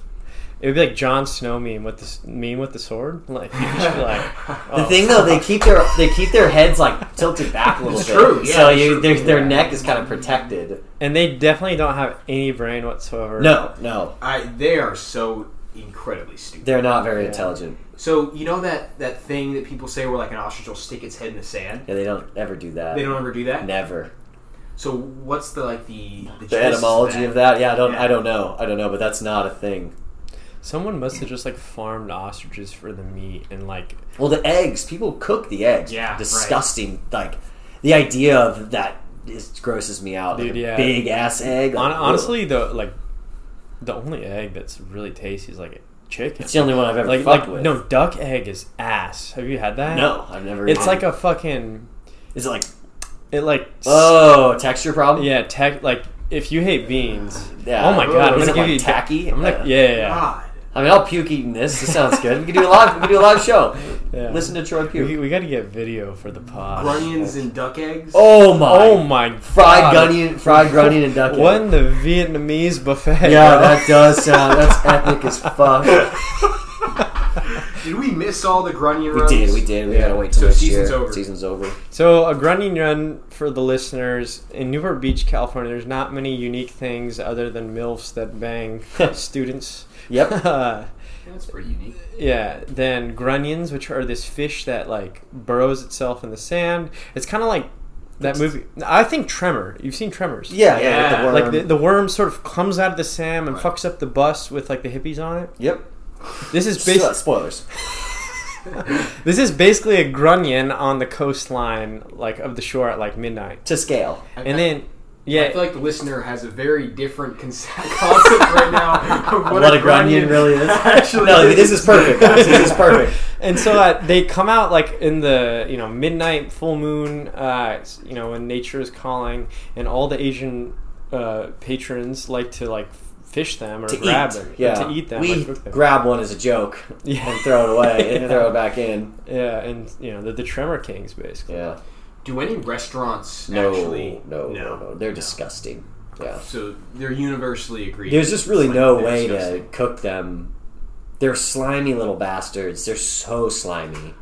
It would be like Jon Snow meme with the s- meme with the sword. Like, <laughs> you'd just be like <laughs> the oh, thing though, they keep their they keep their heads like tilted back a little It's bit. true, yeah, so it's you, true. their their neck is kind of protected. and they definitely don't have any brain whatsoever. No, no, I they are so incredibly stupid. they're not very intelligent. so you know that that thing that people say where like an ostrich will stick its head in the sand. Yeah, they don't ever do that. They don't ever do that. Never. So what's the like the the, The gist etymology of that? Yeah, I don't. I Yeah. don't know. I don't know. But that's not a thing. someone must have just like farmed ostriches for the meat and like Well, the eggs. People cook the eggs. Yeah, right. disgusting. Like the idea of that is, grosses me out. Like Dude, a yeah. big ass egg. hon- like, ugh. honestly the like the only egg that's really tasty is like a chicken. it's the only one I've ever like fucked like with. no duck egg is ass. Have you had that? no, I've never. It's eaten like a fucking it. Is it like it like oh texture problem? yeah tech like if you hate beans. Yeah. Oh my god! I'm Is it gonna like give you tacky. I'm Uh, gonna, yeah, yeah, yeah. God. I mean, I'll puke eating this. This sounds good. We can do a live. We can do a live show. Yeah. Listen to Troy We, puke. we got to get video for the pod. Grunions and duck eggs. Oh my! Oh my fried god. grunion, fried grunion, and duck. What egg. in the Vietnamese buffet? Yeah, bro? <laughs> that does sound. That's ethnic as <laughs> fuck. Did we miss all the grunion We runs? did. We did. We Yeah. gotta wait till So next season's year. over. Season's over. So a grunion run for the listeners in Newport Beach, California. There's not many unique things other than milfs that <laughs> bang students. Uh, Yep. <laughs> That's pretty unique. Yeah, then grunions, which are this fish that like burrows itself in the sand. It's kind of like that movie. I think Tremor. You've seen Tremors. Yeah, yeah. Yeah, with Um, the worm. Like the, the worm sort of comes out of the sand and fucks up the bus with like the hippies on it. yep. This is Spo- basically Spoilers. this is basically a grunion on the coastline, like of the shore at like midnight. To scale. And then yeah, I feel like the listener has a very different <laughs> conce- concept <laughs> right now of what, What a grunion really is. <laughs> Actually, No, this is perfect. guys. This is perfect. and so uh, they come out like in the you know midnight full moon uh, it's, you know when nature is calling and all the asian uh, patrons like to like fish them or To grab eat. them yeah. to eat them We or cook them. grab one as a joke Yeah. and throw it away <laughs> and throw it back in. yeah and you know they're the tremor kings basically Yeah. Do any restaurants No. actually? no, no. No. They're disgusting. Yeah. So they're universally agreed. There's just really Like, no they're way disgusting. to cook them. They're slimy little bastards. They're so slimy.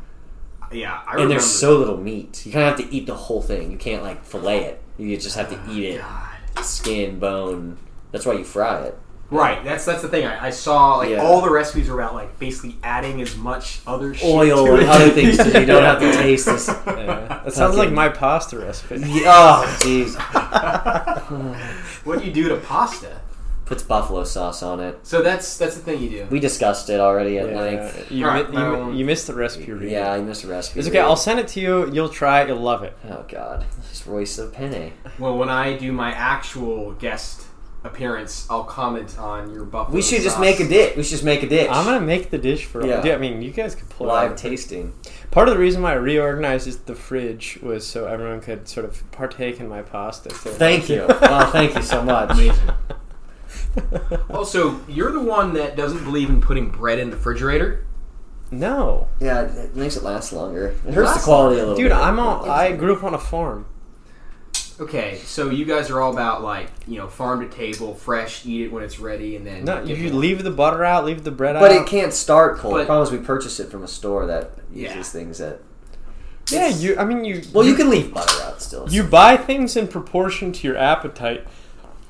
Yeah, I And remember. there's so little meat. You kind of have to eat the whole thing. You can't, like, fillet it. You just have to eat it. Oh God. Skin, bone. That's why you fry it. Right, that's that's the thing. I, I saw like Yeah. all the recipes were about like basically adding as much other shit to oil and it. other things so you don't have <laughs> to taste this. <laughs> Yeah. that sounds like Fucking- my <laughs> pasta recipe Yeah, Oh, jeez. What do you do to pasta? Puts buffalo sauce on it. So that's that's the thing you do. We discussed it already at Yeah. length. you, Alright, mi- you, mi- um, you missed the recipe read. Yeah, I missed a recipe. it's okay read. i'll send it to you you'll try it you'll love it Oh, God. This is Royce of Penne. Well, when I do my actual guest appearance, I'll comment on your buffalo. We should just sauce. make a dish. We should just make a dish. i'm gonna make the dish for Yeah. yeah. i mean you guys can pull it Live out. tasting. Part of the reason why I reorganized the fridge was so everyone could sort of partake in my pasta. So Thank <laughs> you. well, thank you so much. Also, you're the one that doesn't believe in putting bread in the refrigerator. No, Yeah, it makes it last longer. It hurts the Last quality a little dude, bit. I'm on. I grew up on a farm. Okay, so you guys are all about like you know farm to table, fresh, eat it when it's ready, and then No, you give you it- <laughs> leave the butter out, leave the bread But it out. can't start cold. the But- problem is we purchase it from a store that Yeah. uses things that. yeah, you. I mean, you. Well, you can leave butter out still. You buy things in proportion to your appetite.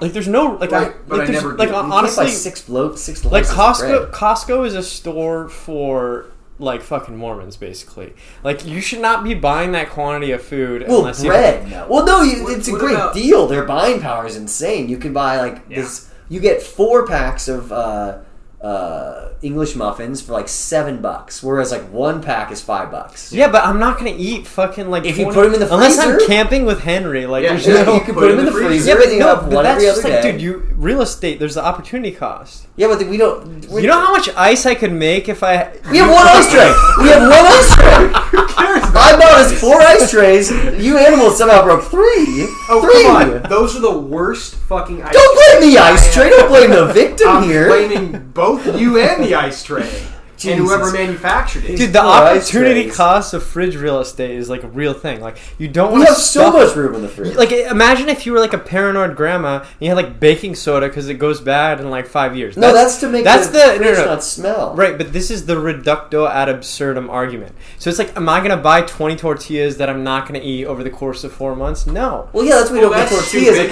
Like there's no like Right, I but like, I there's- never like do. You You honestly can't buy six loaves, six like loaves of Costco. bread. Costco is a store for like fucking Mormons, basically. Like you should not be buying that quantity of food Well, unless you bread. Well, no, you, What- it's a what great about- deal. Their buying power is insane. You can buy like Yeah. this. You get four packs of uh, uh, English muffins for like seven bucks, whereas like one pack is five bucks. Yeah, but I'm not gonna eat fucking like. If you put 'em in the unless freezer? I'm camping with Henry, like Yeah, there's yeah, no. you <laughs> can put them in the freezer. yeah, and but you no, have but one that's every just other like, day. dude, you real estate. There's the opportunity cost. Yeah, but we don't. We, You know how much ice I could make if I. we have one ice <laughs> tray. We have one ice tray. I bought us four ice trays. You animals somehow broke three. Oh, Three. come on. Those are the worst fucking ice Don't blame the ice I tray. am- Don't blame <laughs> the victim I'm here. blaming both you and the ice tray. and whoever Jesus. manufactured it. Dude, the Four ice opportunity trays. cost of fridge real estate is like a real thing. Like you don't we want to have so much room in the fridge. Like imagine if you were like a paranoid grandma and you had like baking soda because it goes bad in like five years. no, that's, to make that's the, the, no, fridge no, no. not smell. Right, but this is the reducto ad absurdum argument. So it's like, am I gonna buy twenty tortillas that I'm not gonna eat over the course of four months? No. Well, yeah, that's why we Well, don't get that's tortillas at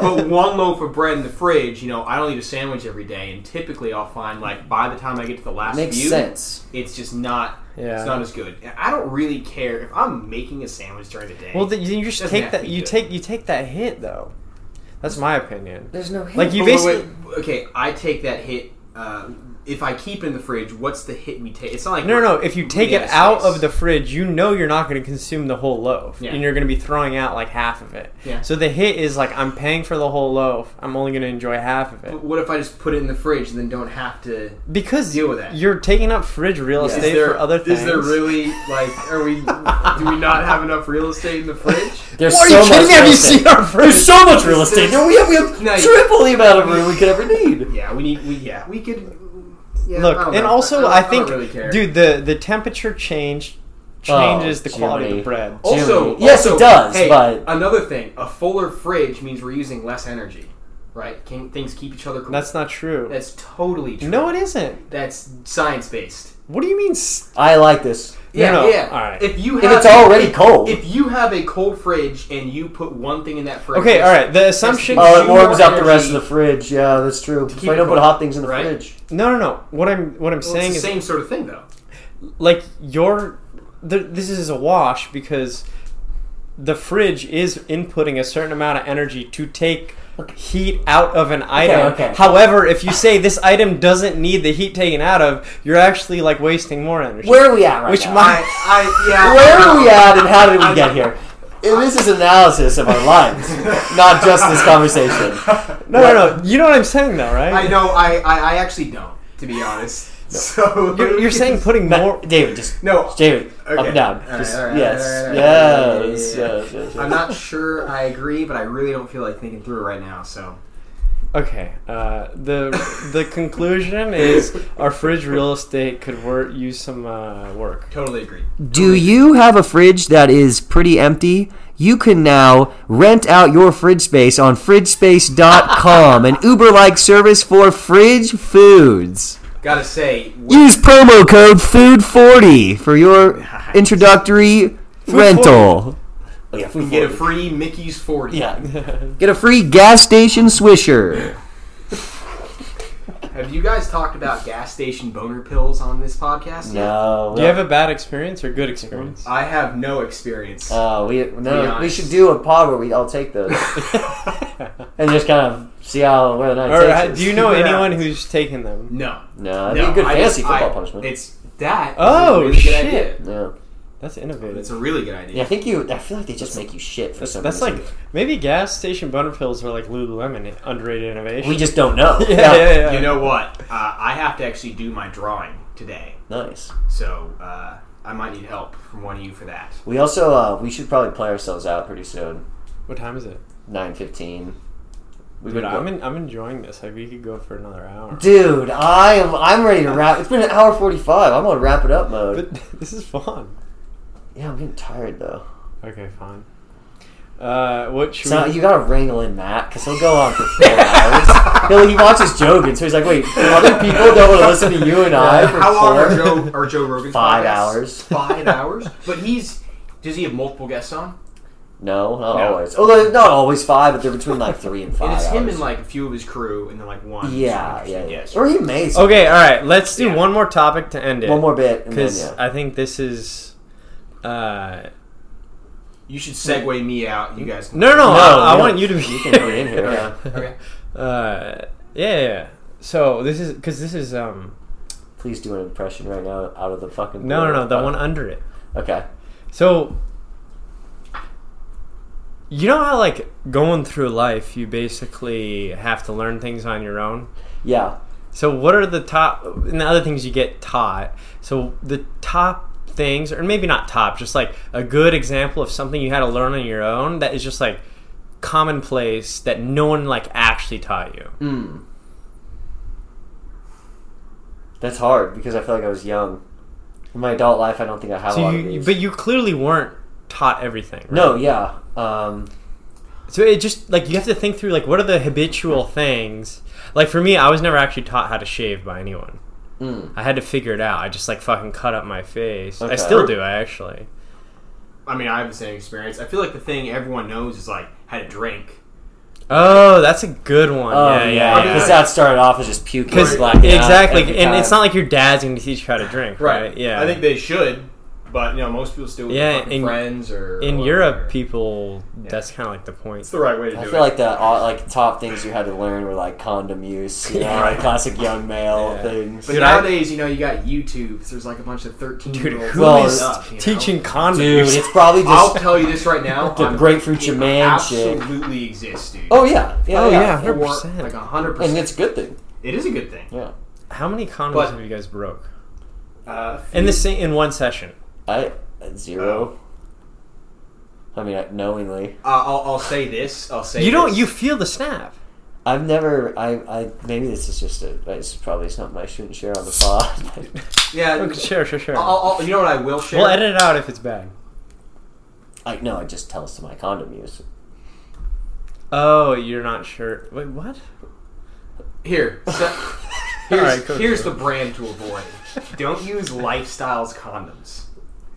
Costco. But one loaf of bread in the fridge, you know, I don't eat a sandwich every day, and typically I'll find like by the time I get to the last Makes few, sense. it's just not, Yeah. it's not as good. And I don't really care if I'm making a sandwich during the day. Well, then you just Doesn't take have to that. be You good. take you take that hit though. That's my opinion. There's no hint. Like you But wait, basically. wait, okay, I take that hit. Uh, if I keep in the fridge, what's the hit we take? It's not like No, we're no, no. If you take completely it out space. of the fridge, you know you're not going to consume the whole loaf, Yeah. and you're going to be throwing out like half of it. Yeah. So the hit is like I'm paying for the whole loaf. I'm only going to enjoy half of it But What if I just put it in the fridge and then don't have to? because Deal with that. you're taking up fridge real Yeah. estate for other things. Is there really like? Are we? do we not have enough real estate in <laughs> the fridge? There's Are you kidding me? Have you seen our fridge? There's so much real estate. No, we have, we have <laughs> No, you- triple the amount of room we could ever need. Yeah, we need. We yeah, we could. Yeah, I Look, don't and know. also don't- I, don't think, really care. dude, the the temperature change changes the quality of the Jimmy. bread. Oh. Also, Jimmy. yes, also, it does, Hey, but another thing, a fuller fridge means we're using less energy, right? Can things keep each other cool? That's not true. That's totally true. no, it isn't. That's science based. What do you mean? s- I like this. Yeah, no, yeah. all right. If you If have it's already cold, if you have a cold fridge and you put one thing in that fridge, Okay, all right. The assumption. Oh, oh, you it warms more up the rest of energy the fridge. Yeah, that's true. If keep I it don't put cold, hot things in the right? fridge. Oh, No, no, no. What I'm what I'm Well, saying it's the is same sort of thing though. like your th- this is a wash because the fridge is inputting a certain amount of energy to take heat out of an item. okay. However, if you say this item doesn't need the heat taken out of, you're actually like wasting more energy. Where are we at right which now? my I <laughs> yeah. Where are we at, and how did we get here? And this is analysis of our lives, not just this conversation. <laughs> no, no, no. You know what I'm saying though, right? I know. I, I I actually don't, to be honest. So You're, <laughs> you're saying putting <laughs> more. David, just no. David, up Okay. and down. Alright, Just- alright, yes, alright, alright, yes, alright, alright, yes, yes, yes. I'm not sure I agree, but I really don't feel like thinking through it right now. So Okay. Uh, the the conclusion is our fridge real estate could work, use some uh, work. totally agree. Do you have a fridge that is pretty empty? You can now rent out your fridge space on fridgespace.com, an Uber like service for fridge foods. Gotta say, Use promo code FOOD40 for your introductory rental. Oh, yeah, we food get a free Mickey's forty. Get a free gas station swisher. Have you guys talked about gas station boner pills on this podcast? No. Do you have a bad experience or good experience? <laughs> I have no experience. Oh, we Be no. We honest. should do a pod where we all take those and just kind of see how where the night Or takes ha- us. uh, do you know Yeah. anyone who's taken them? <laughs> no, No, uh, no. it'd be a good I fantasy just- football I- punishment. It's that. is Oh, a really good shit. idea. yeah. That's It's innovative. a really good idea. yeah, I think you. I feel like they just make you shit for That's, some that's like reason. maybe gas station boner pills are like Lululemon eh, underrated innovation. we just don't know. <laughs> yeah, yeah, yeah. You know what? Uh, I have to actually do my drawing today, Nice. so uh, I might need help from one of you for that. We also uh, we should probably play ourselves out pretty soon. what time is it? Nine fifteen. We've Dude, been I'm in, I'm enjoying this. Like we could go for another hour. Dude, I am. I'm ready to wrap. It's been an hour forty five. I'm on wrap it up mode. But <laughs> this is fun. yeah, I'm getting tired though. Okay, fine. Uh, what should So we? you gotta wrangle in Matt because he'll go on for <laughs> four hours. He'll, he watches Jogan, so he's like, "Wait, other people don't want to listen to <laughs> you and I for How long four, are Joe are Joe Rogan's five podcasts? hours." Five hours. But he's does he have multiple guests on? No, not No. always. Although not always five, but they're between like three and five. And it's him hours. and like a few of his crew, and then like one. yeah, yeah, yeah, yeah. Or he may. sometimes. Okay, all right. Let's do Yeah. one more topic to end it. One more bit, and then, because yeah. I think this is. Uh, You should segue me out. You guys. no, no, no. No, <laughs> I, I no. <laughs> want you to be. You can be in here. Okay. Uh, yeah, yeah. so this is because this is um Please do an impression right now out of the fucking. no no no the Uh, one under it. Okay. So you know how like going through life, you basically have to learn things on your own. Yeah. So what are the top and the other things you get taught? So the top things, or maybe not top, just like a good example of something you had to learn on your own that is just like commonplace that no one like actually taught you. Mm. That's hard because I feel like I was young. In my adult life, I don't think I have a So lot you, of these. but you clearly weren't taught everything. Right? no, yeah. Um, So it just like you have to think through like what are the habitual things. Like for me, I was never actually taught how to shave by anyone. I had to figure it out. I just like fucking cut up my face. I Mm. Okay. still do actually. I mean, I have the same experience. I feel like the thing everyone knows is like how to drink. Oh, that's a good one. oh, yeah, yeah, yeah. Because that started off as just puking. Because blacking out every exactly, and time. it's not like your dad's going to teach you how to drink, right? Yeah, I think they should, but you know, most people still Yeah, yeah, in- friends or in or Europe, whatever. people that's kind of like the point. It's the right way to do I it. feel like the all, like top things you had to learn were like condom use, you know, like classic young male Yeah. things. But Dude, I- nowadays, you know, you got YouTube. So there's like a bunch of <laughs> 13 Dude, year olds who Well, is up, teaching condoms? Dude, it's probably I'll just tell you this <laughs> right now. The I'm- grapefruit it Jaman shit. absolutely exists, dude. Oh yeah, yeah, Oh, yeah. yeah. For, 100%. like hundred and percent. it's a good thing. It is a good thing. Yeah, How many condoms But- have you guys broke Uh, in the same in one session? I at zero. Oh. I mean, I, knowingly, Uh, I'll, I'll say this. I'll say You don't. this. You feel the snap. I've never. I, I maybe this is just a. This is probably something I shouldn't share <laughs> on the pod. yeah. Okay, sure, sure, sure. I'll, I'll- you know what I will share. We'll edit it out if it's bad. I no, it just tells to my condom use. Oh, you're not sure. Wait, what? Here, <laughs> so, here's, Alright, go here's through. the brand to avoid. Don't use Lifestyles condoms.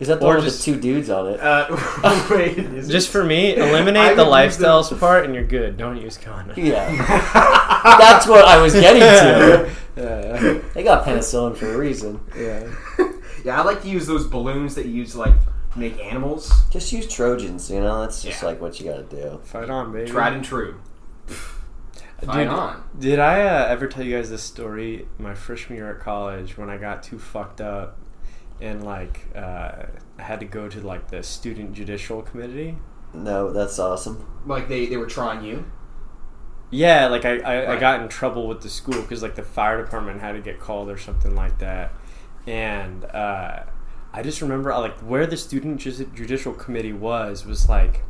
Is that the Or one just- with the two dudes on it? Uh, <laughs> wait, is Just it? for me, I eliminate would the use them- lifestyles part, and you're good. Don't use condoms. <laughs> yeah, that's what I was getting to. They got penicillin for a reason. yeah. yeah, I like to use those balloons that you use to like make animals. Just use Trojans, you know. That's just Yeah. like what you gotta do. Fight on, baby. Tried and true. Fight Dude, on. Did I uh, ever tell you guys this story my freshman year at college when I got too fucked up and like uh, I had to go to like the student judicial committee? No, that's awesome. Like they, they were trying you. Yeah, like I, I, I Right. got in trouble with the school because like the fire department had to get called or something like that, and uh, I just remember uh, like where the student ju- judicial committee was was like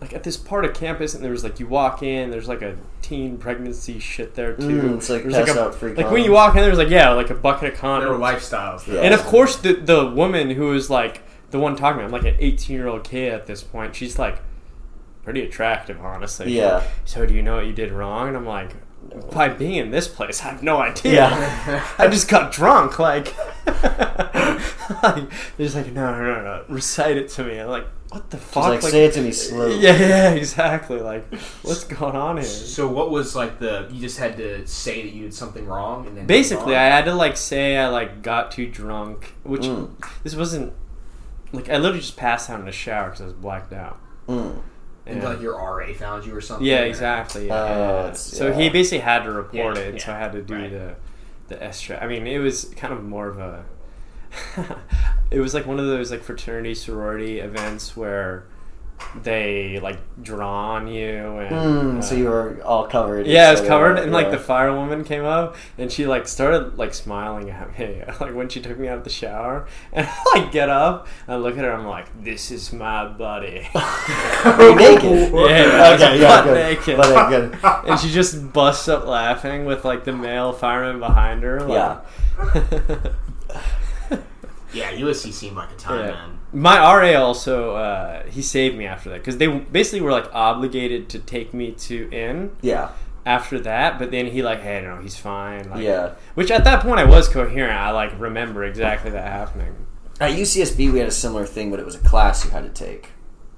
like at this part of campus, and there was like you walk in, there's like a teen pregnancy shit there too. Mm, it's like there's pass a, out free like when condoms. you walk in, there's like yeah, like a bucket of They were condoms, lifestyles. though. Yeah. and of course the the woman who is like the one talking, I'm like an 18 year old kid at this point. She's like pretty attractive, honestly. She's Yeah. like, so do you know what you did wrong? And I'm like, by being in this place, I have no idea. Yeah. <laughs> I just got drunk. Like, <laughs> like there's like no, no, no, no. Recite it to me. I'm like, what the fuck? Just like, say it to me slow. <laughs> yeah, yeah, exactly. Like, what's going on here? <laughs> So what was like the? You just had to say that you did something wrong, and then Basically, I had to like say I like got too drunk, which Mm. this wasn't. Like, I literally just passed out in the shower because I was blacked out. Mm. and Yeah. like your RA found you or something. Yeah, or- exactly. Oh, yeah. it's- So yeah. he basically had to report Yeah, it, and so I yeah, had to do right. the the extra. I mean, it was kind of more of a. <laughs> it was like one of those like fraternity sorority events where they like draw on you and Mm, uh, so you were all covered. yeah, it was So, covered, and like yeah. the firewoman came up, and she like started like smiling at me, <laughs> like when she took me out of the shower, <laughs> and I like get up, and I look at her, I'm like, this is my buddy, <laughs> Were you naked. Yeah, okay, yeah, butt good. naked. Butt naked, good. <laughs> and she just busts up laughing with like the male fireman behind her. <laughs> Like, yeah. Yeah, Ulysses seemed like a time Yeah. man. My RA also uh, he saved me after that because they basically were like obligated to take me to in Yeah, after that, but then he like, hey, no, he's fine. Like, yeah. Which at that point I was coherent. I like remember exactly that happening. At UCSB, we had a similar thing, but it was a class you had to take.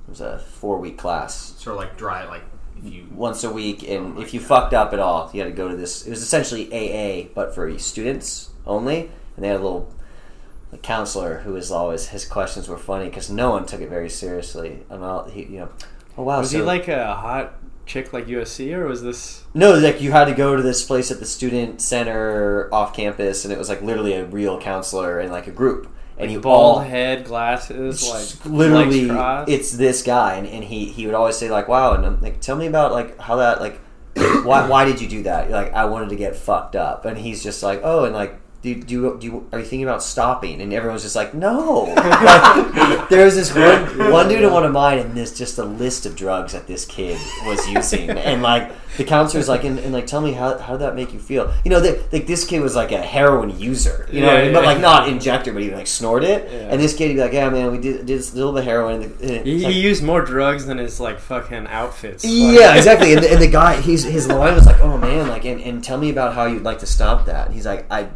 It was a four-week class, Sort of like dry, like if you. once a week, Oh and if you fucked up at all, you had to go to this. It was essentially AA, but for students only, and they had a little a counselor who was always his questions were funny because no one took it very seriously. And all he, you know, oh wow, Was so, he like a hot chick like USC or was this? No, like you had to go to this place at the student center off campus, and it was like literally a real counselor and like a group, and you all Bald head, glasses, s- like literally legs crossed. it's this guy, and, and he he would always say like, "Wow," and I'm like, "Tell me about like how that like <coughs> why why did you do that?" Like I wanted to get fucked up, and he's just like, "Oh," and like. Do, you- do, you- do you, are you thinking about stopping? And everyone's just like, no. <laughs> Like, there was this one, one dude in one of mine, and this just a list of drugs that this kid was using. And like the counselor's like, and, and like, tell me how, how did that make you feel? You know, that like this kid was like a heroin user, you know, what I Yeah, mean? but yeah. like not injector, but he would like snort it. Yeah. And this kid would be like, yeah, man, we did, did a little bit of heroin. And the- and He, it's he like- used more drugs than his like fucking outfits. <laughs> yeah, exactly. And the, and the guy, he's, his line was like, "Oh man, like, and, and tell me about how you'd like to stop that." And he's like, "I,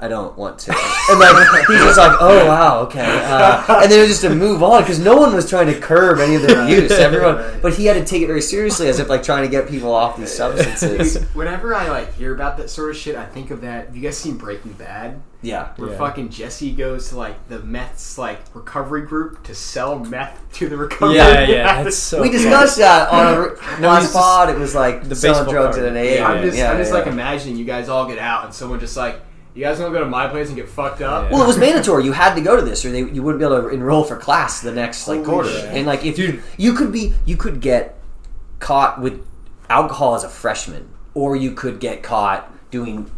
I don't want to." And like, he's just like, "Oh wow, okay." Uh, and then it was just to move on because no one was trying to curb any of their use. Everyone, but he had to take it very seriously, as if like trying to get people off these <laughs> substances. Whenever I like hear about that sort of shit, I think of that. Have you guys seen Breaking Bad? Yeah, Where Yeah. fucking Jesse goes to like the meth's like recovery group to sell meth <laughs> to the recovery. yeah, group. <laughs> yeah. That's so. we discussed that on a No, non it's just- pod. It was like The selling baseball drugs card. at an age. Yeah, I'm just, yeah, I'm just yeah. like imagining you guys all get out and someone just like, you guys want to go to my place and get fucked up? Yeah. Well, it was mandatory. You had to go to this, or they, you wouldn't be able to enroll for class the next like Holy quarter. shit. And like, if you you could be, you could get caught with alcohol as a freshman, or you could get caught doing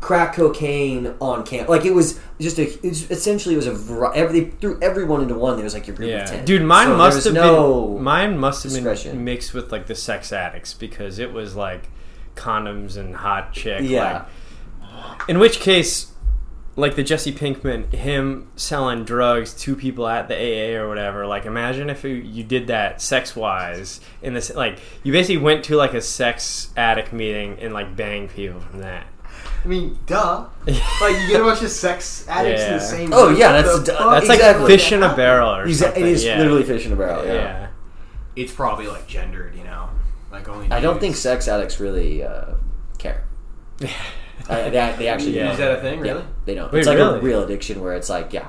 crack cocaine on camp. Like it was just a, it was, essentially it was a var- every, they threw everyone into one. There was like your group Yeah, of ten. dude, mine So there must was have no- been mine must have discretion. been mixed with like the sex addicts because it was like condoms and hot chick. Yeah. like- in which case, like the Jesse Pinkman, him selling drugs to people at the AA or whatever. Like, imagine if you, you did that sex wise in this. Like, you basically went to like a sex addict meeting and like banged people from that. I mean, <laughs> duh. like you get a bunch of sex addicts in the Yeah. same. Oh, room. yeah, What that's- the that's fuck? That's Exactly. like fish in a barrel or Exa- something. it is yeah. literally fish in a barrel. Yeah. yeah. It's probably like gendered, you know, like only. I don't think dudes. sex addicts really uh, <laughs> care. I, they, they actually Yeah. don't. Is that a thing? Yeah, Really? they don't. Wait, it's like a really? real addiction where it's like, yeah,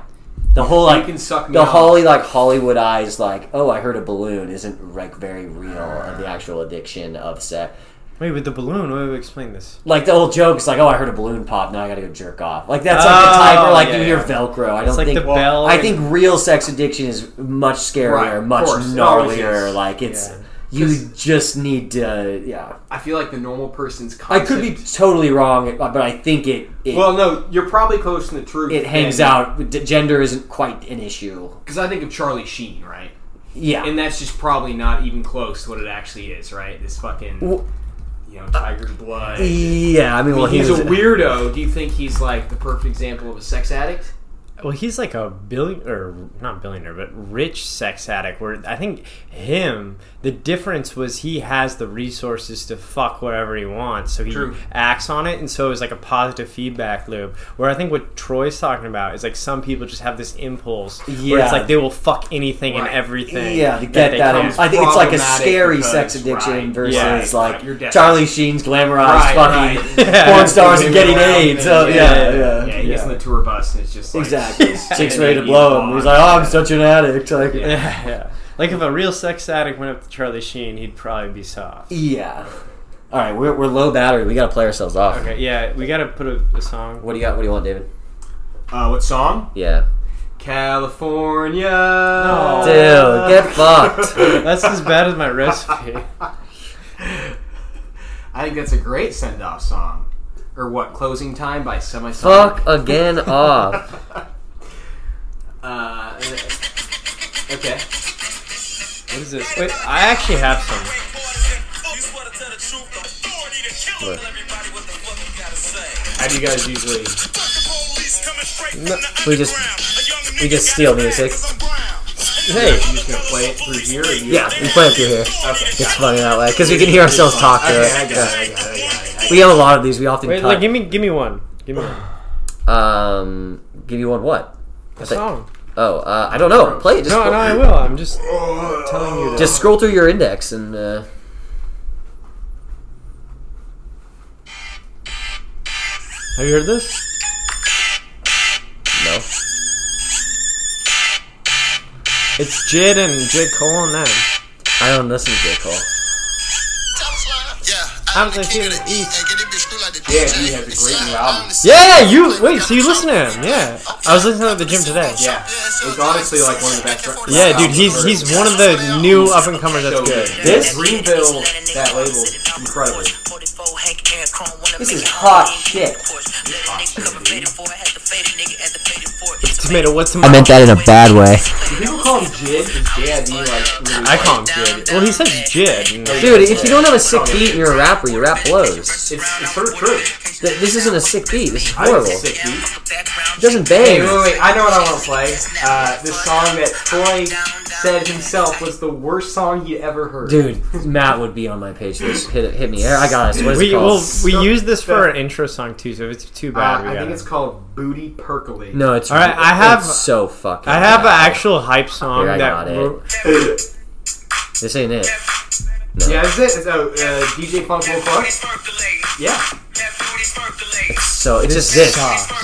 the whole like you can suck me the off. Holly like Hollywood eyes like, oh, I heard a balloon isn't like very real of the actual addiction of sex. Wait, with the balloon, what would explain this? Like the old joke is like, oh, I heard a balloon pop. Now I got to go jerk off. Like that's like the Oh, type where like yeah, you hear yeah. Velcro. I don't It's like think. the bell. I think real sex addiction is much scarier, Right, of much course. It always gnarlier. is. Like it's. Yeah. You just need to, yeah. I feel like the normal person's. I Concept, could be totally wrong, but I think it it, Well, no, you're probably close to the truth. it hangs out. D- Gender isn't quite an issue. because I think of Charlie Sheen, right? Yeah, And that's just probably not even close to what it actually is, right? This fucking, Well- you know, tiger blood. Yeah, I mean, well, he's he was, a weirdo. Do you think he's like the perfect example of a sex addict? Well, he's like a billion or not billionaire, but rich sex addict. Where I think him, the difference was he has the resources to fuck whatever he wants, so he True. acts on it, and so it's like a positive feedback loop. Where I think what Troy's talking about is like some people just have this impulse where Yeah. it's like they will fuck anything and Right. everything. yeah, to get they that. can. in. I think it's like a Problematic scary because, sex addiction right, versus yeah, right, like you're definitely- Charlie Sheen's glamorized Right, <laughs> fucking right. porn stars and getting Around AIDS. and- So yeah, yeah, yeah. he gets in the tour bus and it's just <laughs> like, <laughs> exactly. Chicks and ready then to he's blow him. He's gone. like, oh, I'm such an addict. Like, yeah. <laughs> yeah, yeah. Like if a real sex addict went up to Charlie Sheen, he'd probably be E soft. All right, we're, we're low battery. We got to play ourselves off. Okay, yeah, we gotta put a, a song. What do you got? What do you want, David? "Oh." Uh, what song? Yeah. California. Dude, get fucked. That's as bad as my recipe. I think that's a great send off song. Or what? Closing time by semi. Fuck <laughs> again off. Uh, okay. What is this? Wait, I actually have some. How do you guys usually? We just- we just steal music. Hey, You just gonna play it through here? Or you Yeah, we play it through here. Okay. It's funny that way because we can hear ourselves talk to Okay, it. I got it. Yeah. I got it. I got it. I got We have a lot of these. We often wait, cut. like, give me, give me one. Give me one. um, give you one what? A song. Oh, uh, I don't know. Play it. Just, No, scroll, no, I will. I'm just telling you. just scroll through your index and. Uh, Have you heard this? no. It's Jid and Jid Cole and them. I don't listen to J. Cole. Yeah, I'm the hero, eat. Yeah, he has a great new album. Yeah, you wait. So you listen to him? Yeah, I was listening to him at the gym today. Yeah. It's honestly like one of the best. records. Yeah, dude, he's he's one of the new up and comers that's good. This- Greenville, that label, incredible. This is hot shit. Tomato, what's tomato? I meant that in a bad way. People call him Jid. Is Jid being like really I call him Jid. Well, he says Jid. and- Dude, if you don't have a sick beat, you're a rapper. You rap blows. It's, it's sort of true. Th- This isn't a sick beat. This is I think horrible. it's It sick, dude. doesn't Hey, wait, bang. wait, wait, I know what I want to play. Uh, the song that Troy said himself was the worst song he ever heard. Dude, Matt would be on my page. for This hit hit me. I got us. What is it We called? well, we use this for an intro song too, so if it's too Uh, bad, we I think gotta- it's called Booty Percolate. No, it's All right, I have- it's so fucking. I have an bad. actual hype song Here, I got that it. we're- This ain't it. Yeah, is it? Is, uh, uh, DJ Funk Will Fuck? Yeah. So it's just this.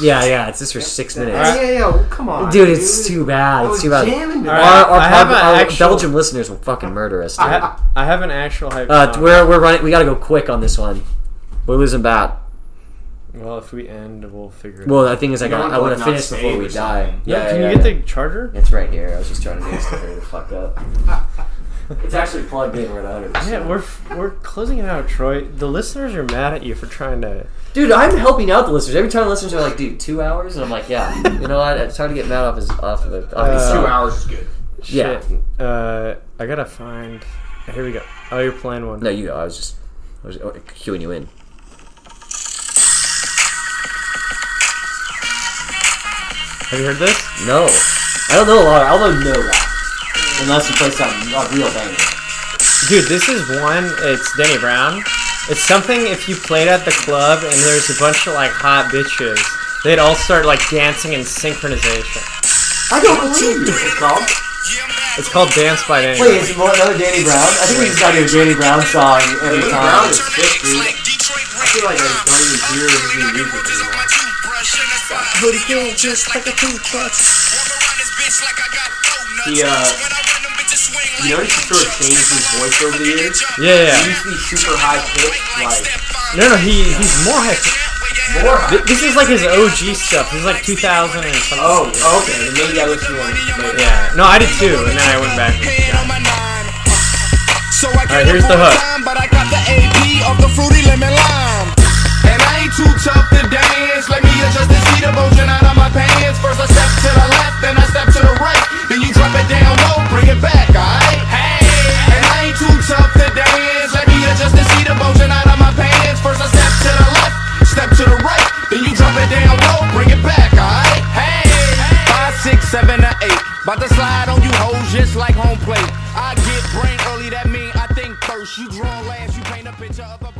Yeah, yeah. It's this for six minutes. Yeah, yeah, yeah. well, come on. Dude, it's too bad. I It's was too bad. jamming to All that. Our, our, I have pod- an our actual- Belgian listeners will fucking murder us, dude. I, ha- I have an actual hype. Uh, song. we're, we're running. We gotta go quick on this one. We're losing bat. well, if we end, we'll figure it. out. Well, the thing is, I You got. don't want I to, want like, to not finish save before or we something. die. Yeah, Can yeah, you get yeah. the charger? It's right here. I was just trying to get it to fuck up. <laughs> It's actually plugged in. We're at 100. Yeah, we're we're closing it out, Troy. The listeners are mad at you for trying to. Dude, I'm helping out the listeners. Every time the listeners are like, "Dude, two hours," and I'm like, "Yeah, you know what? It's hard to get mad off his off of the off his Uh, Two hours is good. Yeah. Shit. Uh, I gotta find. Here we go. Oh, you're playing one. No, you go. I was just I was uh, cueing you in. Have you heard this? No, I don't know a lot. I don't know that unless you play some a real banger. Dude, this is one. It's Denny Brown. It's something if you played at the club and there's a bunch of like hot bitches, they'd all start like dancing in synchronization. I don't believe you. It's called Dance by Denny. Wait, is it more another Danny Brown? I think we just gotta do a Danny Brown song every Danny time. Brown is sick, dude. I feel like I don't even hear his new music anymore. Hoodie kill just like a toothbrush. He, uh, you notice he sort of changed his voice over the years? Yeah, yeah. He used to be super high pitched, like No, no, he he's more hectic. more. Th- This is like his OG stuff. He's like 2000 and something. Oh, okay. Then maybe I listened to one later. Yeah. No, I did too, and then I went back. So I Alright, here's the hook. Time, but I got the AP of the fruity lemon lime. And I ain't too tough to dance. Let me adjust the seat emotion out of my pants. First I step to the left, then I step to the right. Then you drop it down low, bring it back, alright? Hey, and I ain't too tough to dance. Let me adjust the seat emotion out of my pants. First I step to the left, step to the right. Then you drop it down low, bring it back, alright? Hey, five, six, seven, or eight. About to slide on you hoes just like home plate. I get brain early, that mean I think first. You draw last, you paint a picture of a